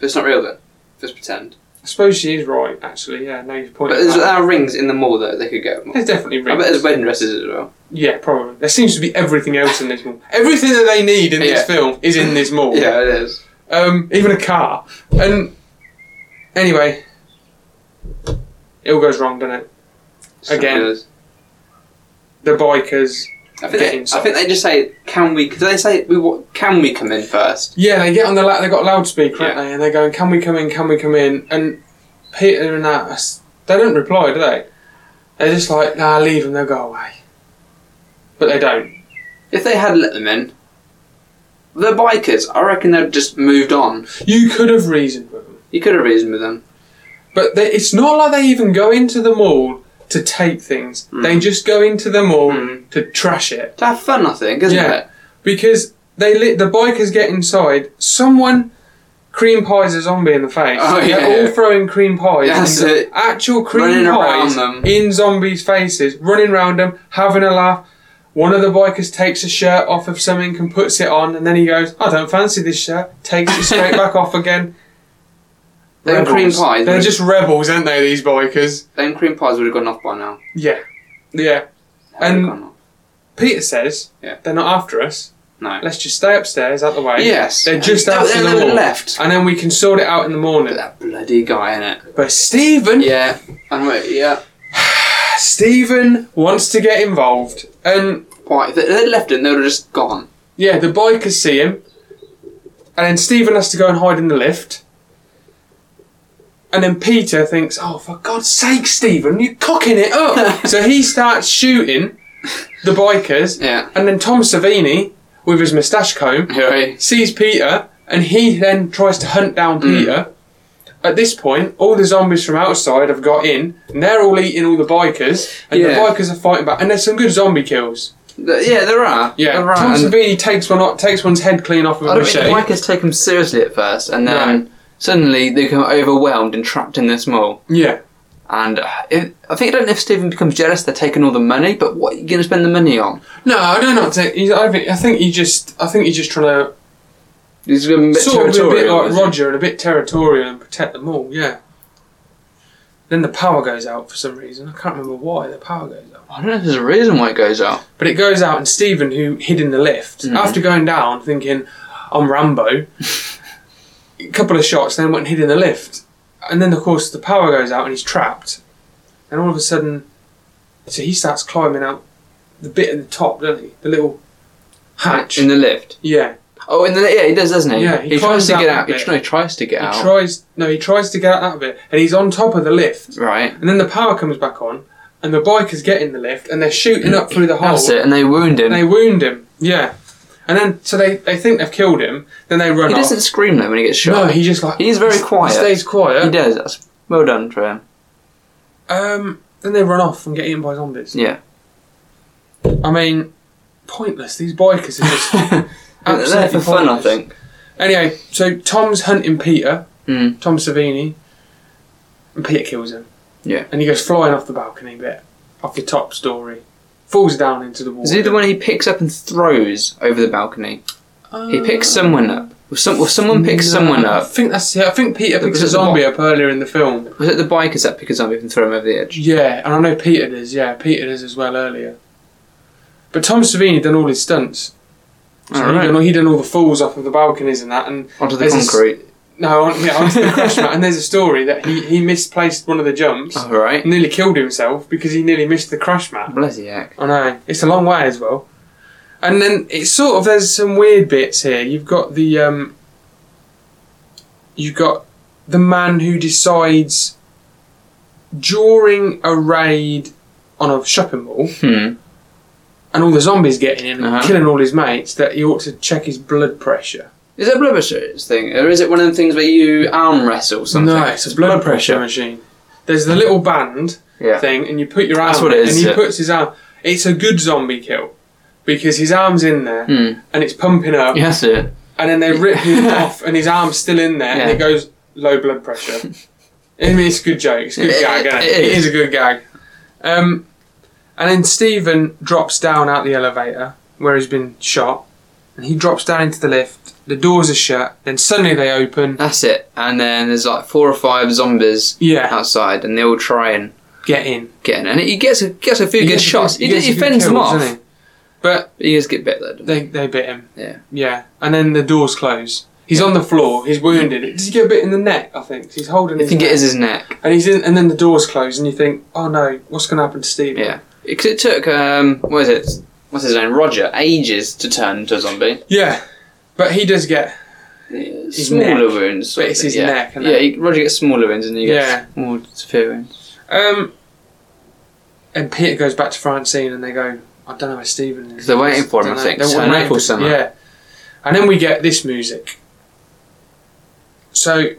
But it's not real though. Just pretend.
I suppose she is right, actually. Yeah, no, you've
But
pointed.
there's
that.
there are rings in the mall though. They could go.
There's definitely
I
rings.
bet there's wedding dresses as well.
Yeah, probably. There seems to be everything else in this mall. Everything that they need in this
Yeah.
film is in this mall.
Yeah, it is.
Um, even a car. And anyway, it all goes wrong, doesn't it?
It's not
Again.
real.
The bikers.
I think,
Getting
they, I think they just say, "Can we?" Because they say, "We wa- can we come in first?
Yeah, they get on the la- they got a loudspeaker, aren't
Yeah.
they? And they're going, "Can we come in? Can we come in?" And Peter and that s- they don't reply, do they? They're just like, "Nah, leave them. They'll go away." But they don't.
If they had let them in, the bikers, I reckon they've just moved on.
You could have reasoned with them.
You could have reasoned with them.
But they, it's not like they even go into the mall to take things.
Mm.
They just go into the mall
Mm.
to trash it.
To have fun, I think, isn't
Yeah.
it?
Because they let the bikers get inside, someone cream pies a zombie in the face.
Oh, yeah.
They're all throwing cream pies.
That's
and
it.
Actual cream
Running around
pies
them.
in zombies' faces, running around them, having a laugh. One of the bikers takes a shirt off of something and puts it on, and then he goes, I don't fancy this shirt. Takes it straight back off again.
Them cream
Rebels.
pies.
They're just rebels, aren't they, these bikers?
Them cream pies would have gone off by now.
Yeah. Yeah.
They would've
And-
gone off.
Peter says
Yeah.
they're not after us.
No.
Let's just stay upstairs out the way.
Yes.
They're just
They-
out
they-
in the
they
mall.
left.
And then we can sort it out in the morning.
That bloody guy in it.
But Stephen,
Yeah. And wait, yeah.
Stephen wants to get involved, and
Why? If they- they'd left him, they would have just gone.
yeah, the bikers see him, and then Stephen has to go and hide in the lift. And then Peter thinks, "Oh, for God's sake, Stephen, you're cocking it up!" so he starts shooting the bikers,
Yeah.
and then Tom Savini, with his moustache comb,
Right.
sees Peter, and he then tries to hunt down
Hmm.
Peter. At this point, all the zombies from outside have got in, and they're all eating all the bikers, and the
Yeah.
bikers are fighting back. And there's some good zombie kills.
Th- Yeah, there are.
Yeah,
Right,
Tom
and-
Savini takes one o- takes one's head clean off with
I
a
don't think the
machete.
bikers take them seriously at first, and then suddenly they become overwhelmed and trapped in this mall.
yeah,
And uh, it, I think I don't know if Stephen becomes jealous they're taking all the money, but what are you going to spend the money on?
no, no, not. Take, he's, I, think, I think he just. I think he's just trying to
He's a bit
sort of a bit
territorial,
like
isn't he?
Roger and a bit territorial and protect them all. Yeah. Then the power goes out for some reason. I can't remember why the power goes out.
I don't know if there's a reason why it goes out.
But it goes out, and Stephen, who hid in the lift,
Mm-hmm.
after going down, thinking, I'm Rambo, a couple of shots, then went and hid in the lift. And then, of course, the power goes out, and he's trapped. And all of a sudden, so he starts climbing out the bit at the top, doesn't he? The little hatch.
In the lift.
yeah.
Oh, in the yeah, he does, doesn't he?
Yeah, he
tries
climbs
to
out
get
a
out. He
bit.
try- tries to get
He
out.
tries, no, he tries to get out that bit, and he's on top of the lift.
right.
And then the power comes back on, and the bikers get in the lift, and they're shooting up through the hole.
That's it, and they wound him.
And they wound him. Yeah. And then, so they, they think they've killed him. Then they run
he
off.
doesn't scream though when he gets shot.
no, he just like
He's very
he s-
quiet.
He stays
He
quiet.
does. That's well done for him.
Um, then they run off and get eaten by zombies.
Yeah.
I mean, pointless. These bikers are just
They're there for
absolutely
fun, I
pointless.
think.
Anyway, so Tom's hunting Peter,
Hmm.
Tom Savini, and Peter kills him.
Yeah.
And he goes flying off the balcony bit, off the top story, falls down into the water.
Is he the one he picks up and throws over the balcony? He picks
Uh,
someone up. Or, some, or someone picks someone
I
up.
think that's. Yeah, I think Peter
That
picks
was
a
at the
zombie up earlier in the film.
Was it the bikers that pick a zombie up and throw him over the edge?
Yeah, and I know Peter does. Yeah, Peter does as well earlier. But Tom Savini done all his stunts. So he,
Alright.
done, all- he done all the falls off of the balconies and that. And
Onto the
There's this-
concrete.
no, on, yeah, onto the crash mat. And there's a story that he, he misplaced one of the jumps,
All right.
nearly killed himself because he nearly missed the crash mat.
Bloody heck.
I know it's a long way as well. And then it's sort of there's some weird bits here. You've got the um, you've got the man who decides during a raid on a shopping mall
Hmm.
and all the zombies getting in and
Uh-huh.
killing all his mates that he ought to check his blood pressure.
Is it a blood pressure thing, or is it one of the things where you arm wrestle something?
No, it's a blood, pressure machine. There's the little band
Yeah.
thing, and you put your arm.
That's what it is,
And he
yeah.
puts his arm. It's a good zombie kill because his arm's in there
Hmm.
and it's pumping up,
Yes, it.
and then they rip him off, and his arm's still in there, and
Yeah.
it goes low blood pressure. I mean, it's a good joke. It's a good
It-
gag.
it-
innit?
it
it
is.
is a good gag. Um, and then Stephen drops down out the elevator where he's been shot, and he drops down into the lift. The doors are shut. Then suddenly they open.
That's it. And then there's like four or five zombies
Yeah,
outside, and they all try and
get in.
get in. And he gets a, gets a few
He
good
gets a
shots.
few-
he
gets
he
a few
fends them
kills,
off.
doesn't he? But
But he just get bit though.
they they bit him.
Yeah.
Yeah, and then the doors close. He's on the floor. He's wounded. Does he get a bit in the neck? I think 'Cause he's holding.
I
his
think it
neck.
is his neck.
And he's in, and then the doors close, and you think, oh no, what's going to happen to Stephen?
Yeah. Because it took um, what is it? What's his name? Roger. Ages to turn into a zombie.
Yeah, but he does get.
smaller
neck.
wounds. sort
But
of
it's
thing,
his
yeah.
neck, isn't
Yeah,
it?
he, Roger gets smaller wounds and he gets
Yeah.
more severe wounds.
Um, and Peter goes back to Francine, and they go, I don't know where Stephen is.
Because they're waiting for him, I
Don't know.
think,
They're
to turn
waiting
up or
for-
something.
Yeah, and then we get this music. So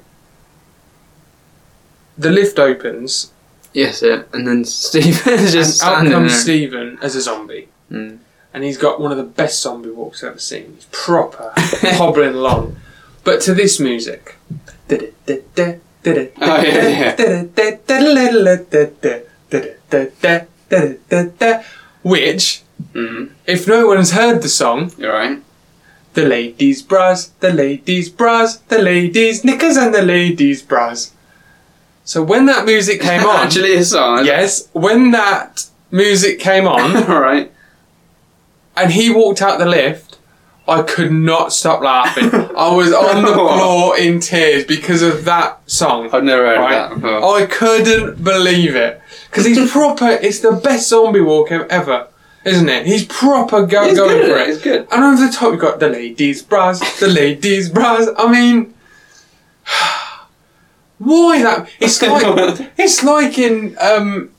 the lift opens,
Yes, yeah. And then Steve is just
and out
standing
comes
there.
Stephen as a zombie,
Mm.
and he's got one of the best zombie walks I've ever seen. He's proper hobbling along, but to this music.
Oh, yeah, yeah.
Which,
Mm,
Mm-hmm.
if no one's heard the song,
you're right.
the ladies' bras, the ladies' bras, the ladies' knickers, and the ladies' bras. So when that music came on,
Actually, a song.
yes, when that music came on
All right.
and he walked out the lift, I could not stop laughing. I was on the floor in tears because of that song.
I've never heard
Right. Oh.
of that before.
I couldn't believe it because he's proper. It's the best zombie walk ev- ever, isn't it? He's proper go-
He's
going
good
for
at it.
it.
He's good.
And over the top, we've got the ladies' bras, the ladies' bras. I mean, why that? It's like it's like in um,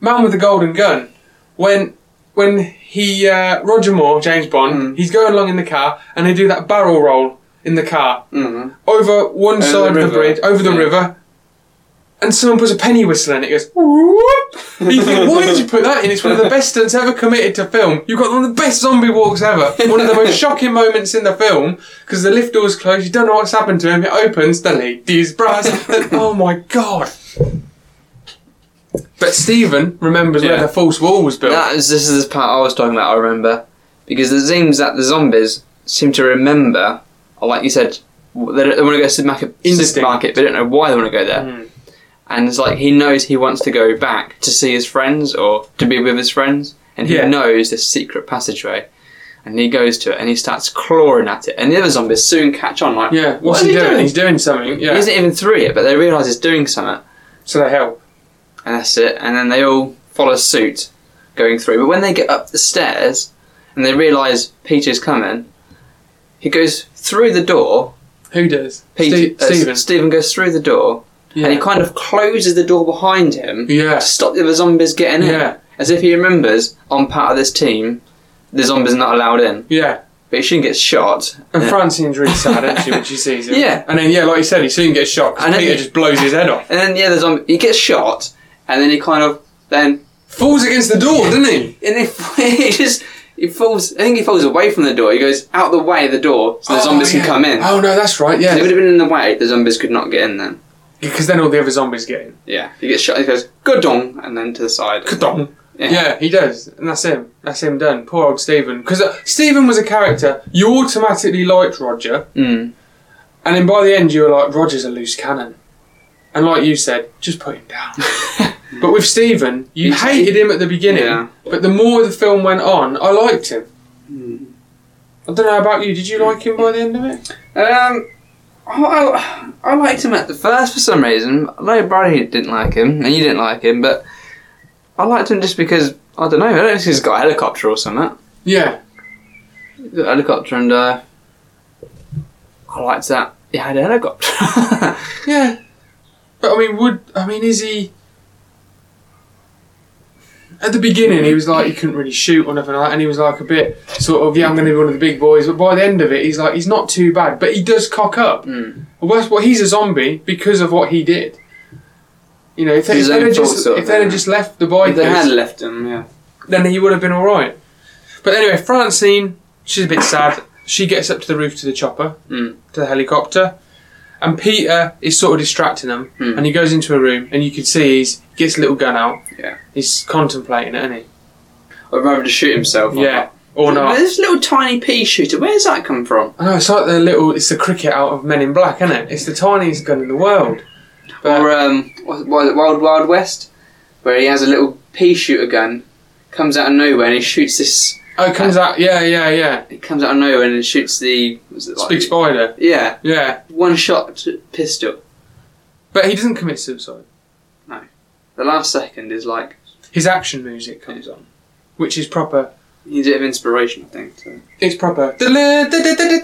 Man with the Golden Gun when when he uh, Roger Moore, James
Hmm.
Bond, he's going along in the car and they do that barrel roll in the car
Mm-hmm.
hmm
over one
Over
side
the
of the
river.
bridge, over the
Yeah.
river, and someone puts a penny whistle in it. it goes. Whoop. You think, why did you put that in? It's one of the best stunts ever committed to film. You've got one of the best zombie walks ever. One of the most shocking moments in the film because the lift door's closed. You don't know what's happened to him. It opens. The ladies' brass. and- oh my god! But Stephen remembers where
Yeah.
the false wall was built.
That is this is the part I was talking about. I remember because it seems that the zombies seem to remember, or like you said, w- they, don't, they want to go to supermarket.
Instinct.
Supermarket, they don't know why they want to go there.
Mm.
And it's like he knows he wants to go back to see his friends or to be with his friends, and he
Yeah.
knows this secret passageway. And he goes to it and he starts clawing at it, and the other zombies soon catch on. Like,
yeah, what's
what
he,
are
doing? He's doing something.
He
Yeah,
isn't even through it, but they realise he's doing something.
so they help.
and that's it. And then they all follow suit, going through. But when they get up the stairs and they realise Peter's coming, he goes through the door.
Who does?
Peter,
Ste-
uh,
Stephen.
Stephen goes through the door, and he kind of closes the door behind him
Yeah.
to stop the other zombies getting
Yeah.
in, as if he remembers I'm part of this team. The zombies are not allowed in,
yeah.
but he shouldn't get shot.
And
Yeah.
Francine's really sad, isn't she, when she sees him?
Yeah.
And then, yeah, like you said, he soon gets shot 'cause
And then-
Peter just blows his head off.
And then yeah, the zombie he gets shot, and then he kind of then
Falls against the door, doesn't he?
And if he just he falls, I think he falls away from the door. He goes out the way of the door, so the
Oh,
zombies
yeah.
can come in.
Oh, no, that's right,
If it would
yeah.
have been in the way, the zombies could not get in. Then
Because then all the other zombies get in.
yeah, he gets
Shot, he goes, good dong, and then to the side.
Kadong.
Yeah.
Yeah, he does. And that's him. That's him done. Poor old Stephen. Because uh, Stephen was a character, you automatically liked Roger,
mm.
and then by the end, you were like, Roger's a loose cannon. And like you said, just put him down.
Mm.
but with Stephen, you
You
hated him at the beginning,
Yeah.
but the more the film went on, I liked him.
Mm.
I don't know about you. Did you like him by the end of it?
Um,
Oh, I, I liked him at the.
the first for some reason, I know Brady didn't like him, and you didn't like him, but I liked him just because I don't know. I don't know if he's got a helicopter or something.
Yeah,
He's got a helicopter, and uh, I liked that. He had a helicopter.
yeah. But I mean, would I mean is he? At the beginning, he was like he couldn't really shoot or nothing like, that, and he was like a bit sort of yeah, I'm going to be one of the big boys. But by the end of it, he's like he's not too bad, but he does cock up.
Mm.
Well, that's what he's a zombie because of what he did. You know, if they,
His
if they'd
own
have
fault,
just
sort of
if they'd
thing.
have just left the
If they had
bikers,
left him, yeah.
then he would have been all right. But anyway, Francine, she's a bit sad. She gets up to the roof to the chopper.
Hmm.
Mm.
to the helicopter. And Peter is sort of distracting them,
Hmm.
and he goes into a room, and you can see he's gets a little gun out.
Yeah.
he's contemplating it, isn't he?
I'd rather just shoot himself. or
Yeah,
not.
or
But
not?
This little tiny pea shooter, where's that come from?
I know it's like the little, it's the cricket out of Men in Black, isn't it? It's the tiniest gun in the world. But-
or um, what, what, is it, Wild Wild West, where he has a little pea shooter gun, comes out of nowhere and he shoots this.
oh, it comes out, yeah, yeah, yeah.
It comes out of nowhere and it shoots the. Was it
It's
like,
a big spider,
Yeah,
yeah.
one shot pistol.
But he doesn't commit suicide.
The last second is like
His action music comes on, which is proper
needs a bit of inspiration, I think. So.
It's proper.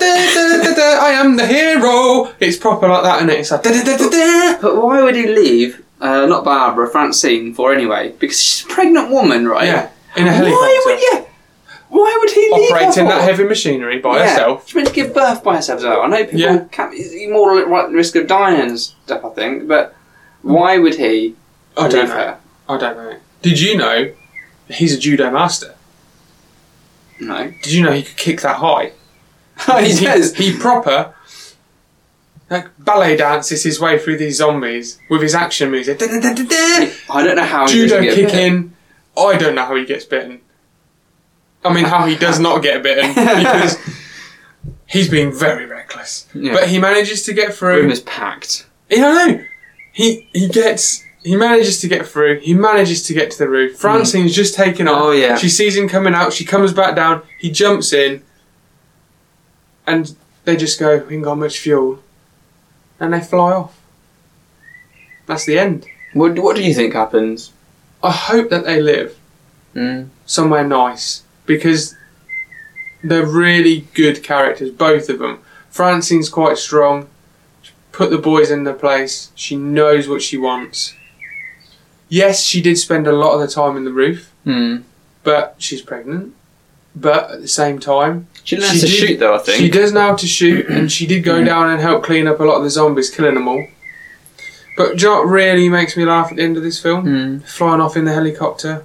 I am the hero. It's proper like that, and it's like.
But why would he leave? Uh, not Barbara, Francine for anyway, because she's a pregnant woman, right?
Yeah, in a helicopter.
Why would yeah? Why would he leave her
operating that
for?
heavy machinery by herself.
She's meant to give birth by herself as well. I know people
Yeah.
can you more at right- risk of dying and stuff, I think, but why would he
I
leave
don't know.
her?
I don't know. Did you know he's a judo master?
No.
Did you know he could kick that high?
Oh, he does.
He, proper like ballet dances his way through these zombies with his action music. Judo
I don't know how he doesn't get bit.
kicking. I don't know how he gets bitten. I mean, how he does not get bitten because he's been very reckless.
Yeah.
But he manages to get
The
through.
room is packed.
You know, he he gets he manages to get through. He manages to get to the roof. Francine's just taken off.
Hmm. Oh, yeah.
She sees him coming out. She comes back down. He jumps in, and they just go. We ain't got much fuel, and they fly off. That's the end.
What, what do you think happens?
I hope that they live
Mm.
somewhere nice because they're really good characters, both of them. Francine's quite strong. She put the boys in their place. She knows what she wants. Yes, she did spend a lot of the time in the roof,
Mm.
but she's pregnant. But at the same time,
She learns
She
to
did-
shoot, though, I think.
she does know how to shoot, and she did go down and help clean up a lot of the zombies, killing them all. But do you know what really makes me laugh at the end of this film?
Mm.
Flying off in the helicopter.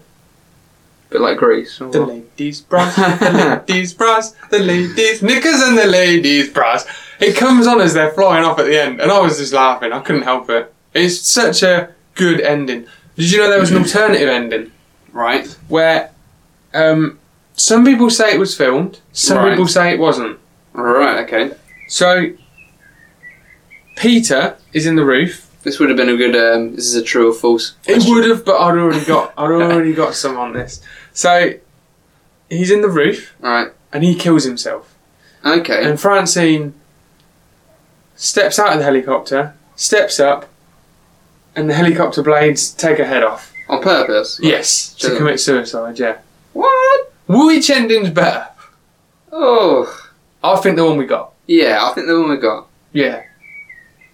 Bit like Greece. or
The
what?
ladies' bras, the ladies' bras, the ladies' knickers, and the ladies' bras. It comes on as they're flying off at the end, and I was just laughing. I couldn't help it. It's such a good ending. Did you know there was
Mm-hmm.
an alternative ending
Right.
where um, some people say it was filmed, some
Right.
people say it wasn't.
Right, okay.
So Peter is in the roof.
This would have been a good um, this is a true or false.
It would have, but I'd already got I'd already got some on this. So he's in the roof
Right.
and he kills himself.
Okay.
Um,
And Francine steps out of the helicopter, steps up, and the helicopter blades take her head off.
On purpose.
Yes. To
Sure.
commit suicide, yeah.
What?
Which ending's better?
Oh.
I think the one we got.
Yeah, I think the one we got.
Yeah.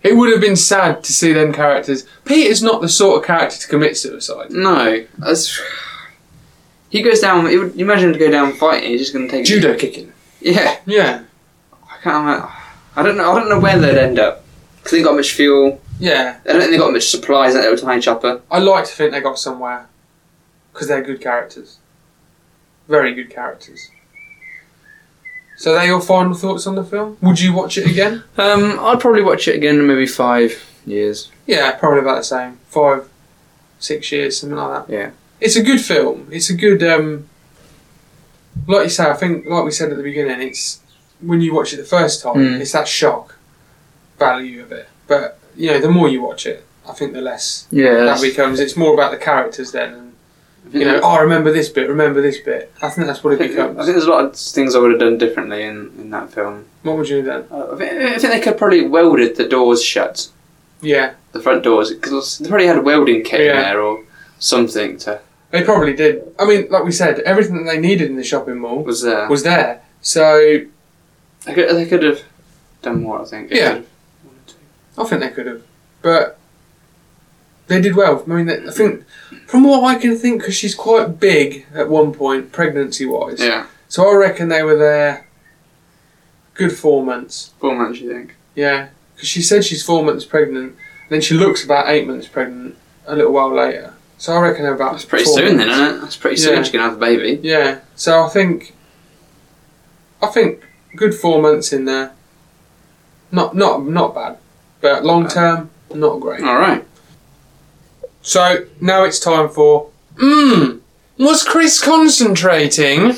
It would have been sad to see them characters. Peter's not the sort of character to commit suicide.
No. That's he goes down. It would, you imagine him to go down fighting. He's just going to take
Judo kicking.
Yeah,
Yeah.
I can't. remember- I don't know. I don't know where they'd end up because they got much fuel.
Yeah.
I don't think they got much supplies in that little tiny chopper.
I like to think they got somewhere. Because they're good characters. Very good characters. So, they your final thoughts on the film? Would you watch it again?
Um, I'd probably watch it again in maybe five years.
Yeah, probably about the same. Five, six years, something like that.
Yeah.
It's a good film. It's a good um like you say, I think like we said at the beginning, it's when you watch it the first time,
Mm.
it's that shock value of it. But you know, the more you watch it, I think the less
Yeah.
that becomes it's more about the characters then and
I think
you know,
there-
oh I remember this bit, remember this bit. I think that's what
I
it
think, I think
becomes.
there's a lot of things I would have done differently in, in that film.
What would you do then?
Uh, I, think, I think they could probably welded the doors shut,
Yeah.
the front doors, because they probably had a welding kit in
Yeah.
there or something to
They probably did. I mean, like we said, everything that they needed in the shopping mall
was there.
was there. So
they, could, they could have done more. I think. They
Yeah.
could have-
I think they could have, but they did well. I mean, they, I think from what I can think, because she's quite big at one point, pregnancy-wise.
Yeah.
So I reckon they were there. Good four months.
Four months, you think?
Yeah, because she said she's four months pregnant. And then she looks about eight months pregnant a little while later. So I reckon they're about.
That's pretty
four
soon,
months.
then, isn't it? That's pretty
Yeah.
soon she's gonna have the baby.
Yeah. So I think. I think good four months in there. Not not not bad, but long term not great.
All right.
So now it's time for. Mmm. Was Chris concentrating?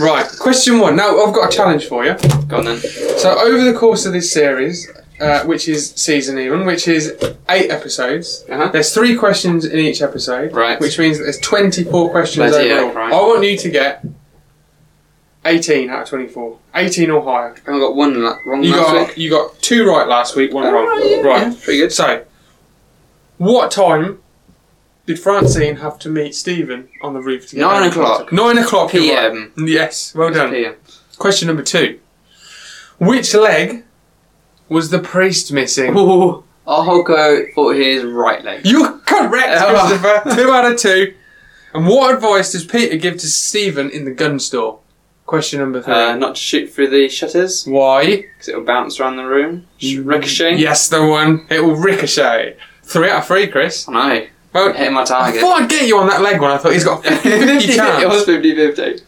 right. Question one. Now I've got a challenge for you.
Go on then.
So over the course of this series, uh, which is season even, which is eight episodes,
Uh-huh.
there's three questions in each episode.
Right.
Which means that there's 24 questions
Bloody
overall.
heck, right.
I want you to get 18 out of 24. 18 or higher.
I got one la- wrong
You
last
got
week.
you got two right last week, one wrong.
Alright, Oh, yeah,
right.
yeah, pretty good.
So, what time did Francine have to meet Stephen on the roof? To get
Nine
down?
o'clock.
Nine o'clock. you're right. Mm,
PM.
Yes, well done.
PM.
Question number two. Which leg was the priest missing?
Oh, Hulko thought his right leg.
You're correct,
Oh.
Christopher. two out of two. And what advice does Peter give to Stephen in the gun store? Question number three.
Uh, not to shoot through the shutters
Why?
because it'll bounce around the room, sh-
Mm.
ricochet.
Yes, the one. It will ricochet. Three out of three, Chris.
I know.
Well,
Hitting my
I
target.
thought I'd get you on that leg one. I thought he's got a 50
it was
chance.
50 50.
Oh,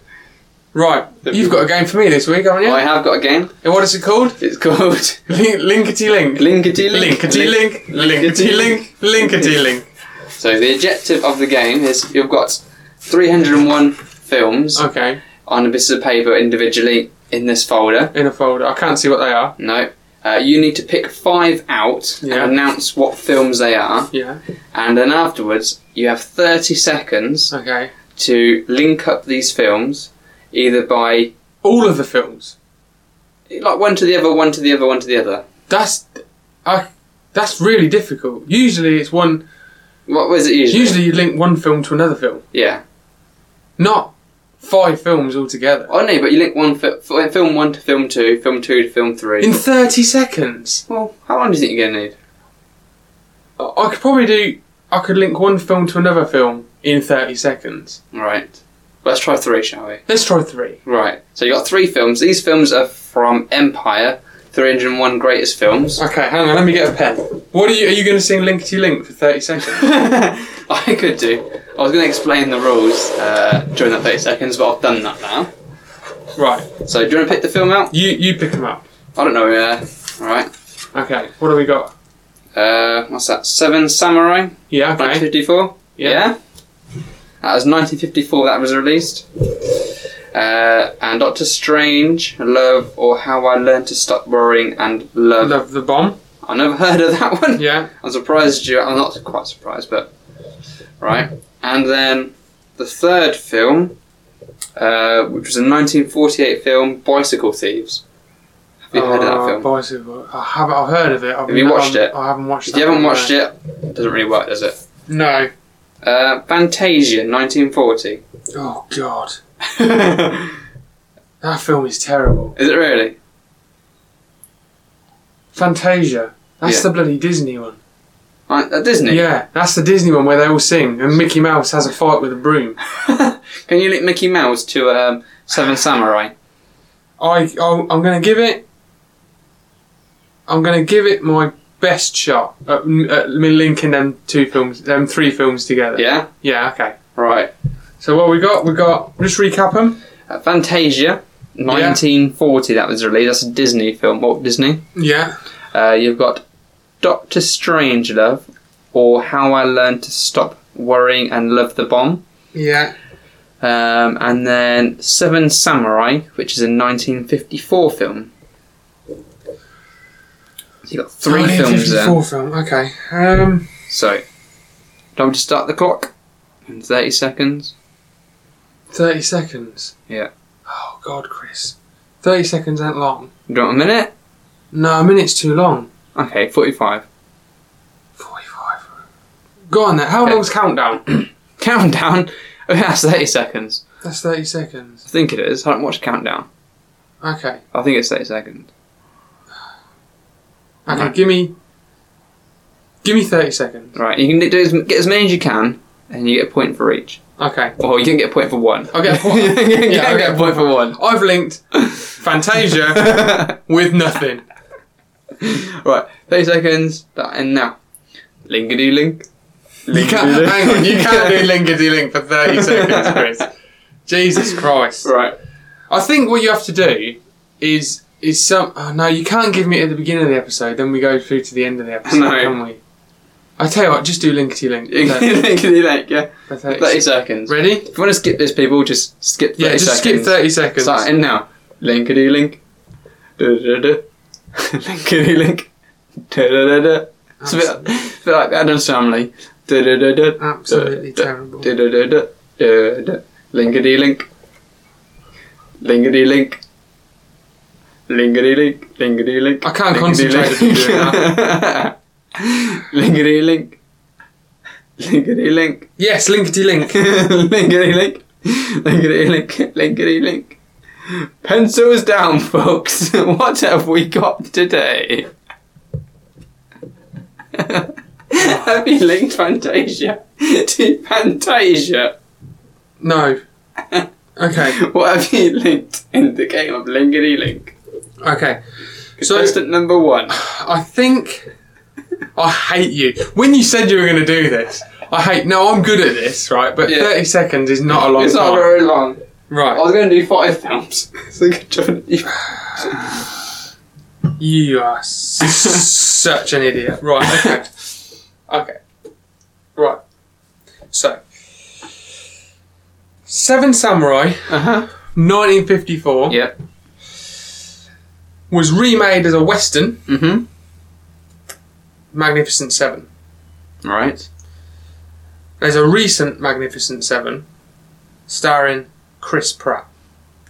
Right, you've got a game for me this week, haven't you?
I have got a game.
And What is it called?
It's called
Link- Linkety link.
Linkety Link.
Linkety link. Linkety link. Linkety link.
So the objective of the game is you've got 301 films
Okay,
on a piece of paper individually in this folder.
in a folder. I can't see what they are.
No. Uh, you need to pick five out
Yeah.
and announce what films they are,
Yeah.
and then afterwards you have 30 seconds
Okay.
to link up these films, either by
All of the films.
like one to the other, one to the other, one to the other.
That's, I, that's really difficult. Usually it's one.
What was it usually?
Usually you link one film to another film,
yeah.
not five films altogether.
Oh no, but you link one fi- fi- film one to film two, film two to film three.
In 30 seconds,
well, how long do you think you're gonna need?
I I could probably do. I could link one film to another film in 30 seconds.
Right. Let's try three, shall we?
Let's try three.
Right. So you got three films. These films are from Empire, 301 Greatest Films.
Okay, hang on. Let me get a pen. What are you? Are you going to sing Linkety Link for 30 seconds?
I could do. I was going to explain the rules uh, during that 30 seconds, but I've done that now.
right.
So do you want to pick the film out?
You you pick them up.
I don't know. Uh, all right.
Okay. What have we got?
Uh, what's that? Seven Samurai,
Yeah. Okay.
1954.
Yeah.
That was 1954. That was released. Uh, and Doctor Strange, Love or How I Learned to Stop Worrying and Love.
The, the bomb.
I never heard of that one.
Yeah.
I'm surprised you. I'm not quite surprised, but right. And then the third film, uh, which was a 1948 film, Bicycle Thieves. Have you heard of that
Oh,
film?
Bicycle. I have. I've heard of it. I've
Have you
not-
watched
I'm-
it?
I haven't watched.
If you haven't watched it, it doesn't really work, does it?
No.
Uh, Fantasia, 1940.
Oh God.
Is
That film is terrible.
it really?
Fantasia. That's
Yeah.
the bloody Disney one.
Uh, uh, Disney.
Yeah, that's the Disney one where they all sing and Mickey Mouse has a fight with a broom.
Can you link Mickey Mouse to um, Seven Samurai?
I, I'll, I'm going to give it. I'm going to give it my best shot at, at me linking them two films, them three films together.
Yeah.
Yeah. Okay.
Right.
So what we got? We got. Just recap them.
Uh, Fantasia, 1940. That was released. That's a Disney film. Walt Disney.
Yeah.
Uh, you've got Doctor Strangelove, or How I Learned to Stop Worrying and Love the Bomb.
Yeah.
Um, and then Seven Samurai, which is a 1954 film. So you've got three films there.
Four film. Okay. Um.
So, do I want to start the clock? In 30 seconds.
Thirty seconds.
Yeah.
Oh God, Chris. Thirty seconds ain't long.
Do you want a minute?
No, a minute's too long.
Okay, 45.
Forty-five. Go on then. How
Okay.
long's countdown?
Countdown? Oh, that's 30 seconds.
That's thirty seconds.
I think it is. I haven't watched Countdown.
Okay.
I think it's 30 seconds.
Okay.
Right.
Give me. Give me thirty seconds.
Right, you can do as, get as many as you can, and you get a point for each.
Okay.
Oh, you can get a point for one.
I'll get a point.
you can
Yeah, I'll
get a point for one.
I've linked Fantasia with nothing.
right, 30 seconds, that, and now. Linkity link.
You can't, hang on, you can't do linkity link for 30 seconds, Chris. Jesus Christ.
Right.
I think what you have to do is is some. Oh, no, you can't give me it at the beginning of the episode. Then we go through to the end of the episode,
No.
can we? I tell you what, just do linkity link. for 30
Linkity link, yeah.
for 30
30
seconds.
seconds.
Ready?
If you want to skip this, people, just skip 30
Yeah, just skip
seconds.
30 seconds.
Start and now. Linkity link. Da-da-da. Linkity link. Da-da-da-da. It's a bit, it's a bit like Adam Family. Da-da-da-da.
Absolutely terrible.
Da-da-da-da. Da-da. Linkity link. Linkity link. Linkity link. Linkity link.
I can't
Linkity
concentrate if
link.
you're doing
Linkity link. Linkity link.
Yes, linkity link.
Linkity link. Linkity link. Linkity link. Pencils down, folks. What have we got today? have you linked Fantasia to Fantasia?
No. okay.
What have you linked in the game of Linkity Link?
Okay. So-
Contestant number one.
I think I hate you. When you said you were going to do this, I hate. No, I'm good at this, right? But
Yeah.
30 seconds is not a long
It's not
time.
very long. I
Right.
was going to do five films. so good job. You-
You are s- such an idiot. Right. Okay. Okay. Right. So, Seven Samurai,
Uh huh.
1954,
Yep.
was remade as a Western,
Mm-hmm.
Mm
Magnificent Seven.
hmm. Right.
There's a recent Magnificent Seven starring Chris Pratt.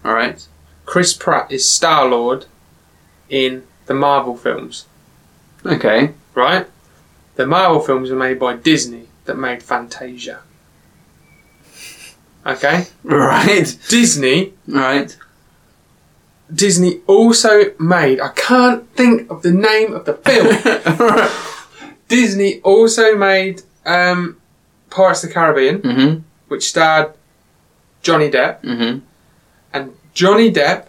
Alright.
Chris Pratt is Star Lord in the Marvel films,
Okay.
right? The Marvel films were made by Disney that made Fantasia. Okay?
Right.
Disney
Right.
Disney also made I can't think of the name of the film.
mm
Disney also made um, Pirates of the Caribbean,
Mm-hmm,
hmm.
which starred Johnny Depp.
Mm hmm.
and Johnny Depp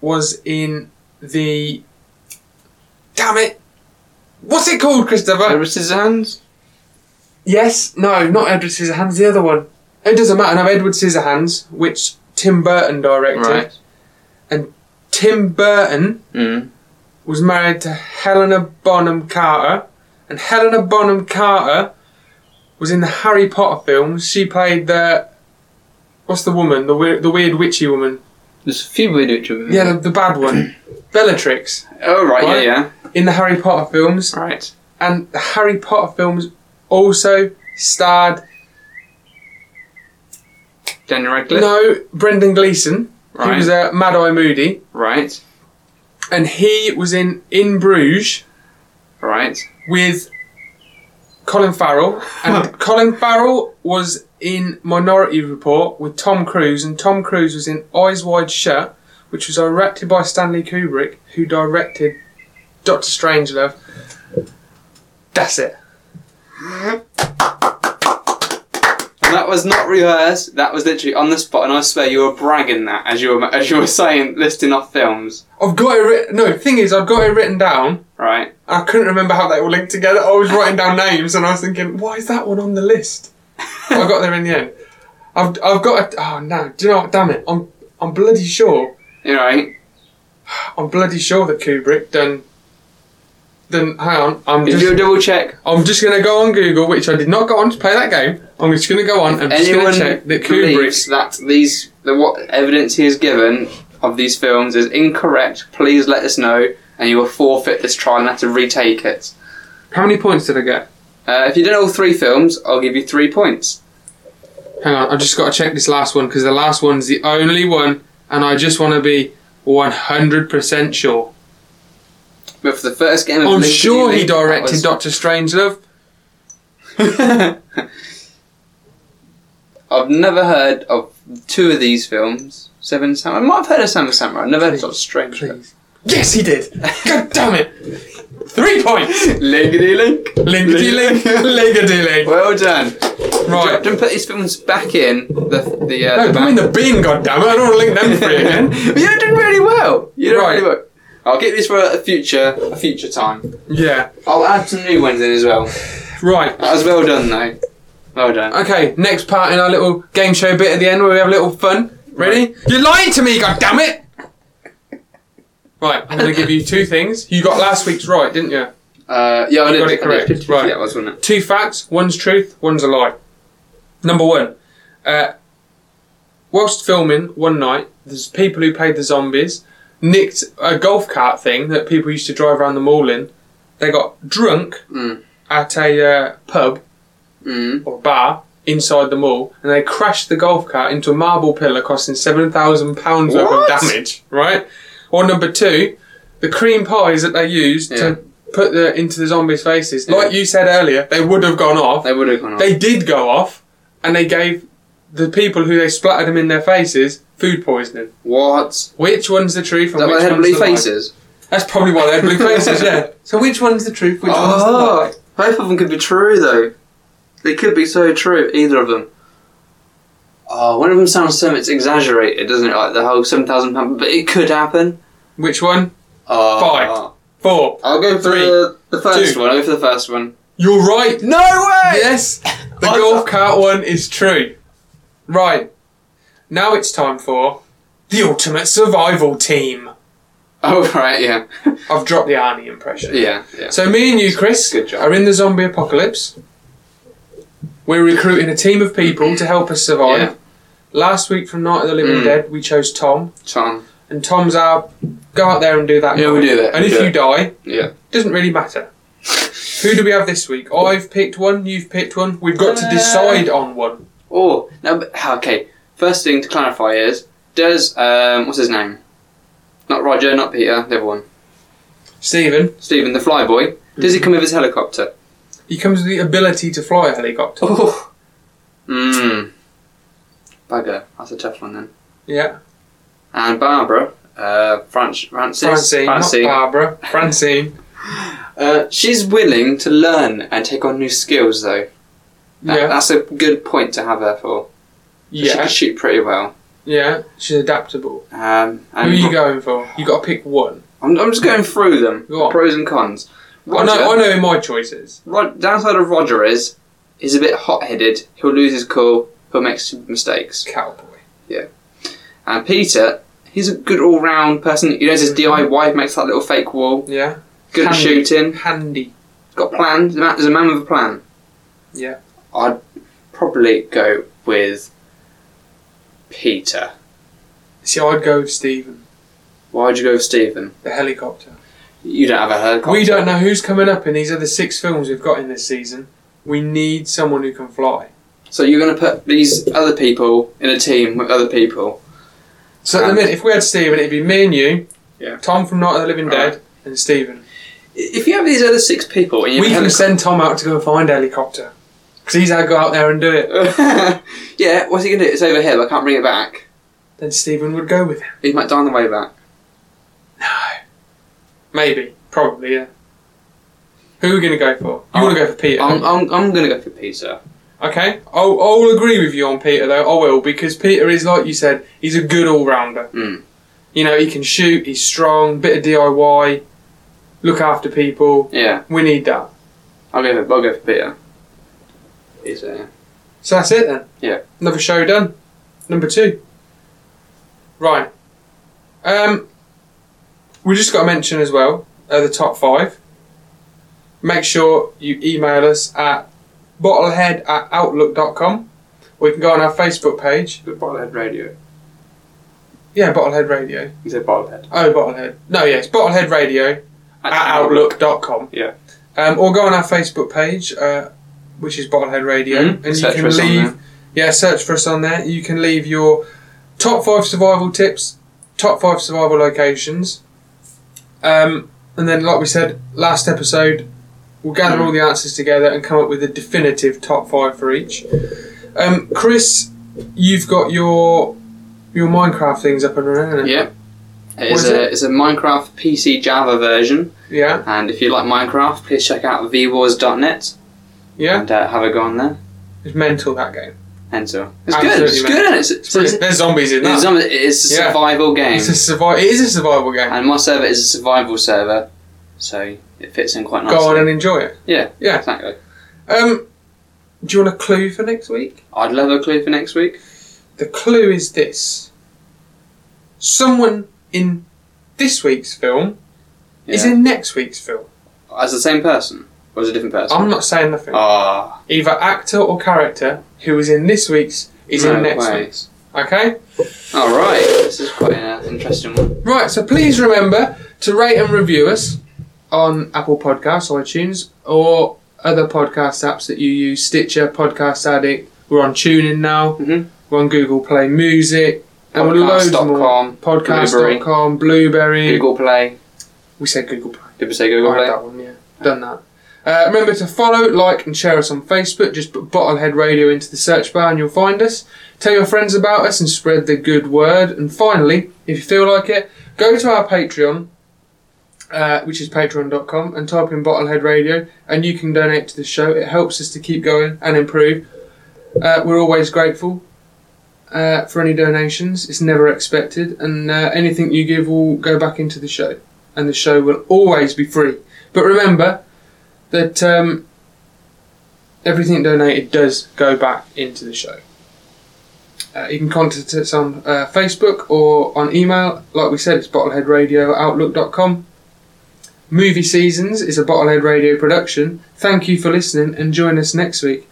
was in the. Damn it! What's it called, Christopher?
Edward Scissorhands?
yes, no, not Edward Scissorhands, the other one. It doesn't matter. No, Edward Scissorhands, which Tim Burton directed.
Right.
Tim Burton
Mm.
was married to Helena Bonham Carter, and Helena Bonham Carter was in the Harry Potter films. She played the. What's the woman? The weird, the weird witchy woman.
There's a few weird witches.
Yeah, the, the bad one. Bellatrix.
Oh, right.
Right.
Yeah,
in the Harry Potter films,
yeah. Right.
and the Harry Potter films also starred
Daniel Radcliffe?
no Brendan Gleeson,
Right.
who was a Mad Eye Moody,
Right.
and he was in In Bruges
Right.
with Colin Farrell, and Colin Farrell was in Minority Report with Tom Cruise, and Tom Cruise was in Eyes Wide Shut, which was directed by Stanley Kubrick, who directed Doctor Strangelove. That's it.
That was not rehearsed. That was literally on the spot, and I swear you were bragging that as you were as you were saying listing off films,
I've got it written. No, thing is, I've got it written down.
right?
I couldn't remember how they all linked together. I was writing down names and I was thinking, why is that one on the list? But I got there in the end. I've, I've got a, oh no, do you know what, damn it. I'm, I'm bloody sure,
You right?
I'm bloody sure that Kubrick done, done, hang on, I'm
Did you do a
just,
double check?
I'm just going to go on Google, which I did not go on to play that game. I'm just going to go on and just going
Anyone
to check that
believes
Kubrick,
that these the what evidence he has given of these films is incorrect, please let us know, and you will forfeit this trial and have to retake it.
how many points did I get?
Uh, if you did all three films, I'll give you three points.
Hang on, I've just got to check this last one because the last one's the only one and I just want to be 100% sure.
But for the first game, of
I'm
Linkity
sure he
Link, that
directed
was-
Doctor Strangelove.
I've never heard of two of these films. Seven Samurai. I might have heard of Seven Samurai. I've never heard of Doctor Strange.
Please. Yes, he did. God damn it. Three points.
Linkity link.
Linkity link, linkity link.
Well done.
Right.
Don't put these films back in the the.
No,
Uh, the
put me in the bin, goddammit. I don't want to link them three again.
you did really well. You did
Right.
really well. I'll keep this for a future a future time.
Yeah.
I'll add some new ones in as well.
Right.
That was well done though. Well done.
Okay, next part in our little game show bit at the end where we have a little fun. Ready? You're lying to me, goddammit! Right, I'm going to give you two things. You got last week's right, didn't you?
Uh, yeah,
You
I
got
did.
it
I did.
correct.
50-50
Right.
That was wasn't it.
two facts, one's truth, one's a lie. Number one, uh, whilst filming one night, there's people who played the zombies, nicked a golf cart thing that people used to drive around the mall in. They got drunk
Mm.
at a uh, pub
Mm.
or bar inside the mall, and they crashed the golf cart into a marble pillar, costing seven thousand pounds worth of
What?
damage. Right. Or number two, the cream pies that they used
Yeah.
to put the into the zombies' faces,
Yeah.
like you said earlier, they would have gone off.
They would have gone on.
They did go off, and they gave the people who they splattered them in their faces food poisoning.
what?
Which one's the truth? And
That
which
they had
one's
blue
the lie?
faces.
That's probably why they had blue faces. Yeah. So which one's the truth? Which
Oh,
one's
both Ah, of them could be true though. They could be so true, either of them.
oh, one of them sounds so it's exaggerated, doesn't it? Like the whole seven thousand pound, but it could happen.
Which one?
Ah.
Oh,
Five. Four.
I'll go for
Three.
the, the first
Two.
one. I'll go for the first one.
You're right.
No way!
Yes, the
I'm-
golf cart one is true. Right. Now it's time for the ultimate survival team.
Oh right, yeah,
I've dropped the Arnie impression.
yeah, yeah.
So me and you, Chris,
Good job.
are in the zombie apocalypse. We're recruiting a team of people to help us survive.
Yeah.
Last week from Night of the Living
Mm.
Dead, we chose Tom,
Tom.
and Tom's our go out there and do that.
Yeah, we
guy.
do that.
And if
Yeah.
you die,
Yeah.
doesn't really matter. Who do we have this week? I've picked one. You've picked one. We've got to decide on one.
Oh now, but- okay. First thing to clarify is does um what's his name? Not Roger, not Peter, the other one.
Stephen,
Stephen, the flyboy. Does
Mm-hmm.
he come with his helicopter?
He comes with the ability to fly a helicopter.
Oh. Mmm. Bugger. That's a tough one then.
Yeah.
And Barbara, uh, Franc- Francis.
Francine, not Barbara. Francine.
Uh, she's willing to learn and take on new skills though. That-
yeah.
That's a good point to have her for. She
Yeah.
can shoot pretty well.
Yeah. She's adaptable.
Um,
Who are
and
you going for? You gotta pick one.
I'm, I'm just going through them.
Go on.
Pros and cons.
I
Roger,
know I know who my choice is.
Rod, downside of Roger is he's a bit hot-headed. He'll lose his cool. He'll make some mistakes.
Cowboy.
And Peter, he's a good all-round person. He knows
Mm-hmm.
his DIY, makes that little fake wall.
Yeah.
Good at
Handy.
shooting.
Handy.
Got plans. There's a man with a plan.
Yeah.
I'd probably go with Peter.
See I'd go with Stephen,
Why'd you go with Stephen?
the helicopter.
You don't have a helicopter.
We don't know who's coming up in these other six films we've got in this season. We need someone who can fly.
So you're going to put these other people in a team with other people.
So at the
And-
minute, if we had Stephen, it'd be me and you,
Yeah.
Tom from Night of the Living
Alright.
Dead, and Stephen.
I- If you have these other six people and you
we
have
can
a
send Tom out to go and find a helicopter. Because he's our go out there and do it.
yeah, what's he going to do? It's over here. but I can't bring it back.
Then Stephen would go with him.
He might die on the way back.
Maybe. Probably, yeah. Who are we going to go for? You want to go for Peter?
I'm, I'm, I'm going to go for Peter.
okay. I'll, I'll agree with you on Peter, though. I will, because Peter is, like you said, he's a good all rounder.
Mm.
You know, he can shoot, he's strong, bit of DIY, look after people.
Yeah,
We need that.
I'll go for, I'll go for Peter. Peter, yeah.
So that's it then.
Yeah.
Another show done. Number two. Right. Um, we just got to mention as well uh, the top five. Make sure you email us at bottlehead at outlook.com or you can go on our Facebook page.
The Bottlehead Radio.
Yeah, Bottlehead Radio.
You said Bottlehead.
Oh, Bottlehead. No, yes, Bottlehead Radio at outlook.com.
Yeah.
Um, or go on our Facebook page, uh, which is Bottlehead Radio,
Mhm.
and you
Search for
can
us on
leave. Yeah, search for us on there. You can leave your top five survival tips, top five survival locations, um, and then, like we said last episode, we'll gather all the answers together and come up with a definitive top five for each. Um, Chris, you've got your your Minecraft things up and running.
Yeah.
What
It is
is
a, it's a Minecraft PC Java version,
Yeah.
and if you like Minecraft, please check out vwars.net
Yeah.
and uh, have a go on there.
It's mental that game.
And so it's
Absolutely,
good, it's
mate.
good, and it's, it's, it's,
There's zombies in that.
some- it's a
Yeah.
survival game,
It's a survival. It is a survival game.
and my server is a survival server, so it fits in quite nicely.
Go on and enjoy it.
Yeah,
Yeah.
exactly.
Um, do you want a clue for next week?
I'd love a clue for next week.
The clue is this: someone in this week's film is
Yeah.
in next week's film.
As the same person, or as a different person?
I'm not saying nothing.
Ah,
Either actor or character who is in this week's is
no
in next
way.
week's. Okay.
All right, this is quite an interesting one.
Right. So please remember to rate and review us on Apple Podcasts, iTunes, or other podcast apps that you use: Stitcher, Podcast Addict. We're on TuneIn now.
Mm-hmm.
We're on Google Play Music. And we're loads more.
Podcast.com,
Podcast.com, Blueberry.
Google Play.
We said Google Play.
People say Google
I had
Play.
that one, yeah. Done that. Uh, remember to follow, like, and share us on Facebook. Just put Bottlehead Radio into the search bar and you'll find us. Tell your friends about us and spread the good word. And finally, if you feel like it, go to our Patreon, uh, which is patreon.com, and type in Bottlehead Radio and you can donate to the show. It helps us to keep going and improve. Uh, we're always grateful. uh, for any donations. It's never expected, and uh, anything you give will go back into the show, and the show will always be free. But remember that um, everything donated does go back into the show. Uh, you can contact us on uh, Facebook or on email. Like we said, it's bottleheadradioutlook.com. Movie Seasons is a Bottlehead Radio production. Thank you for listening and join us next week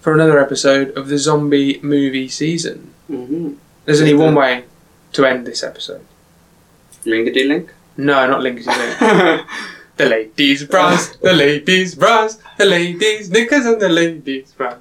for another episode of the zombie movie season.
Mm-hmm.
There's only one way to end this episode.
Linkity link.
No, not Linky Link. the ladies' bras, the ladies' bras, the ladies' knickers, and the ladies' bras.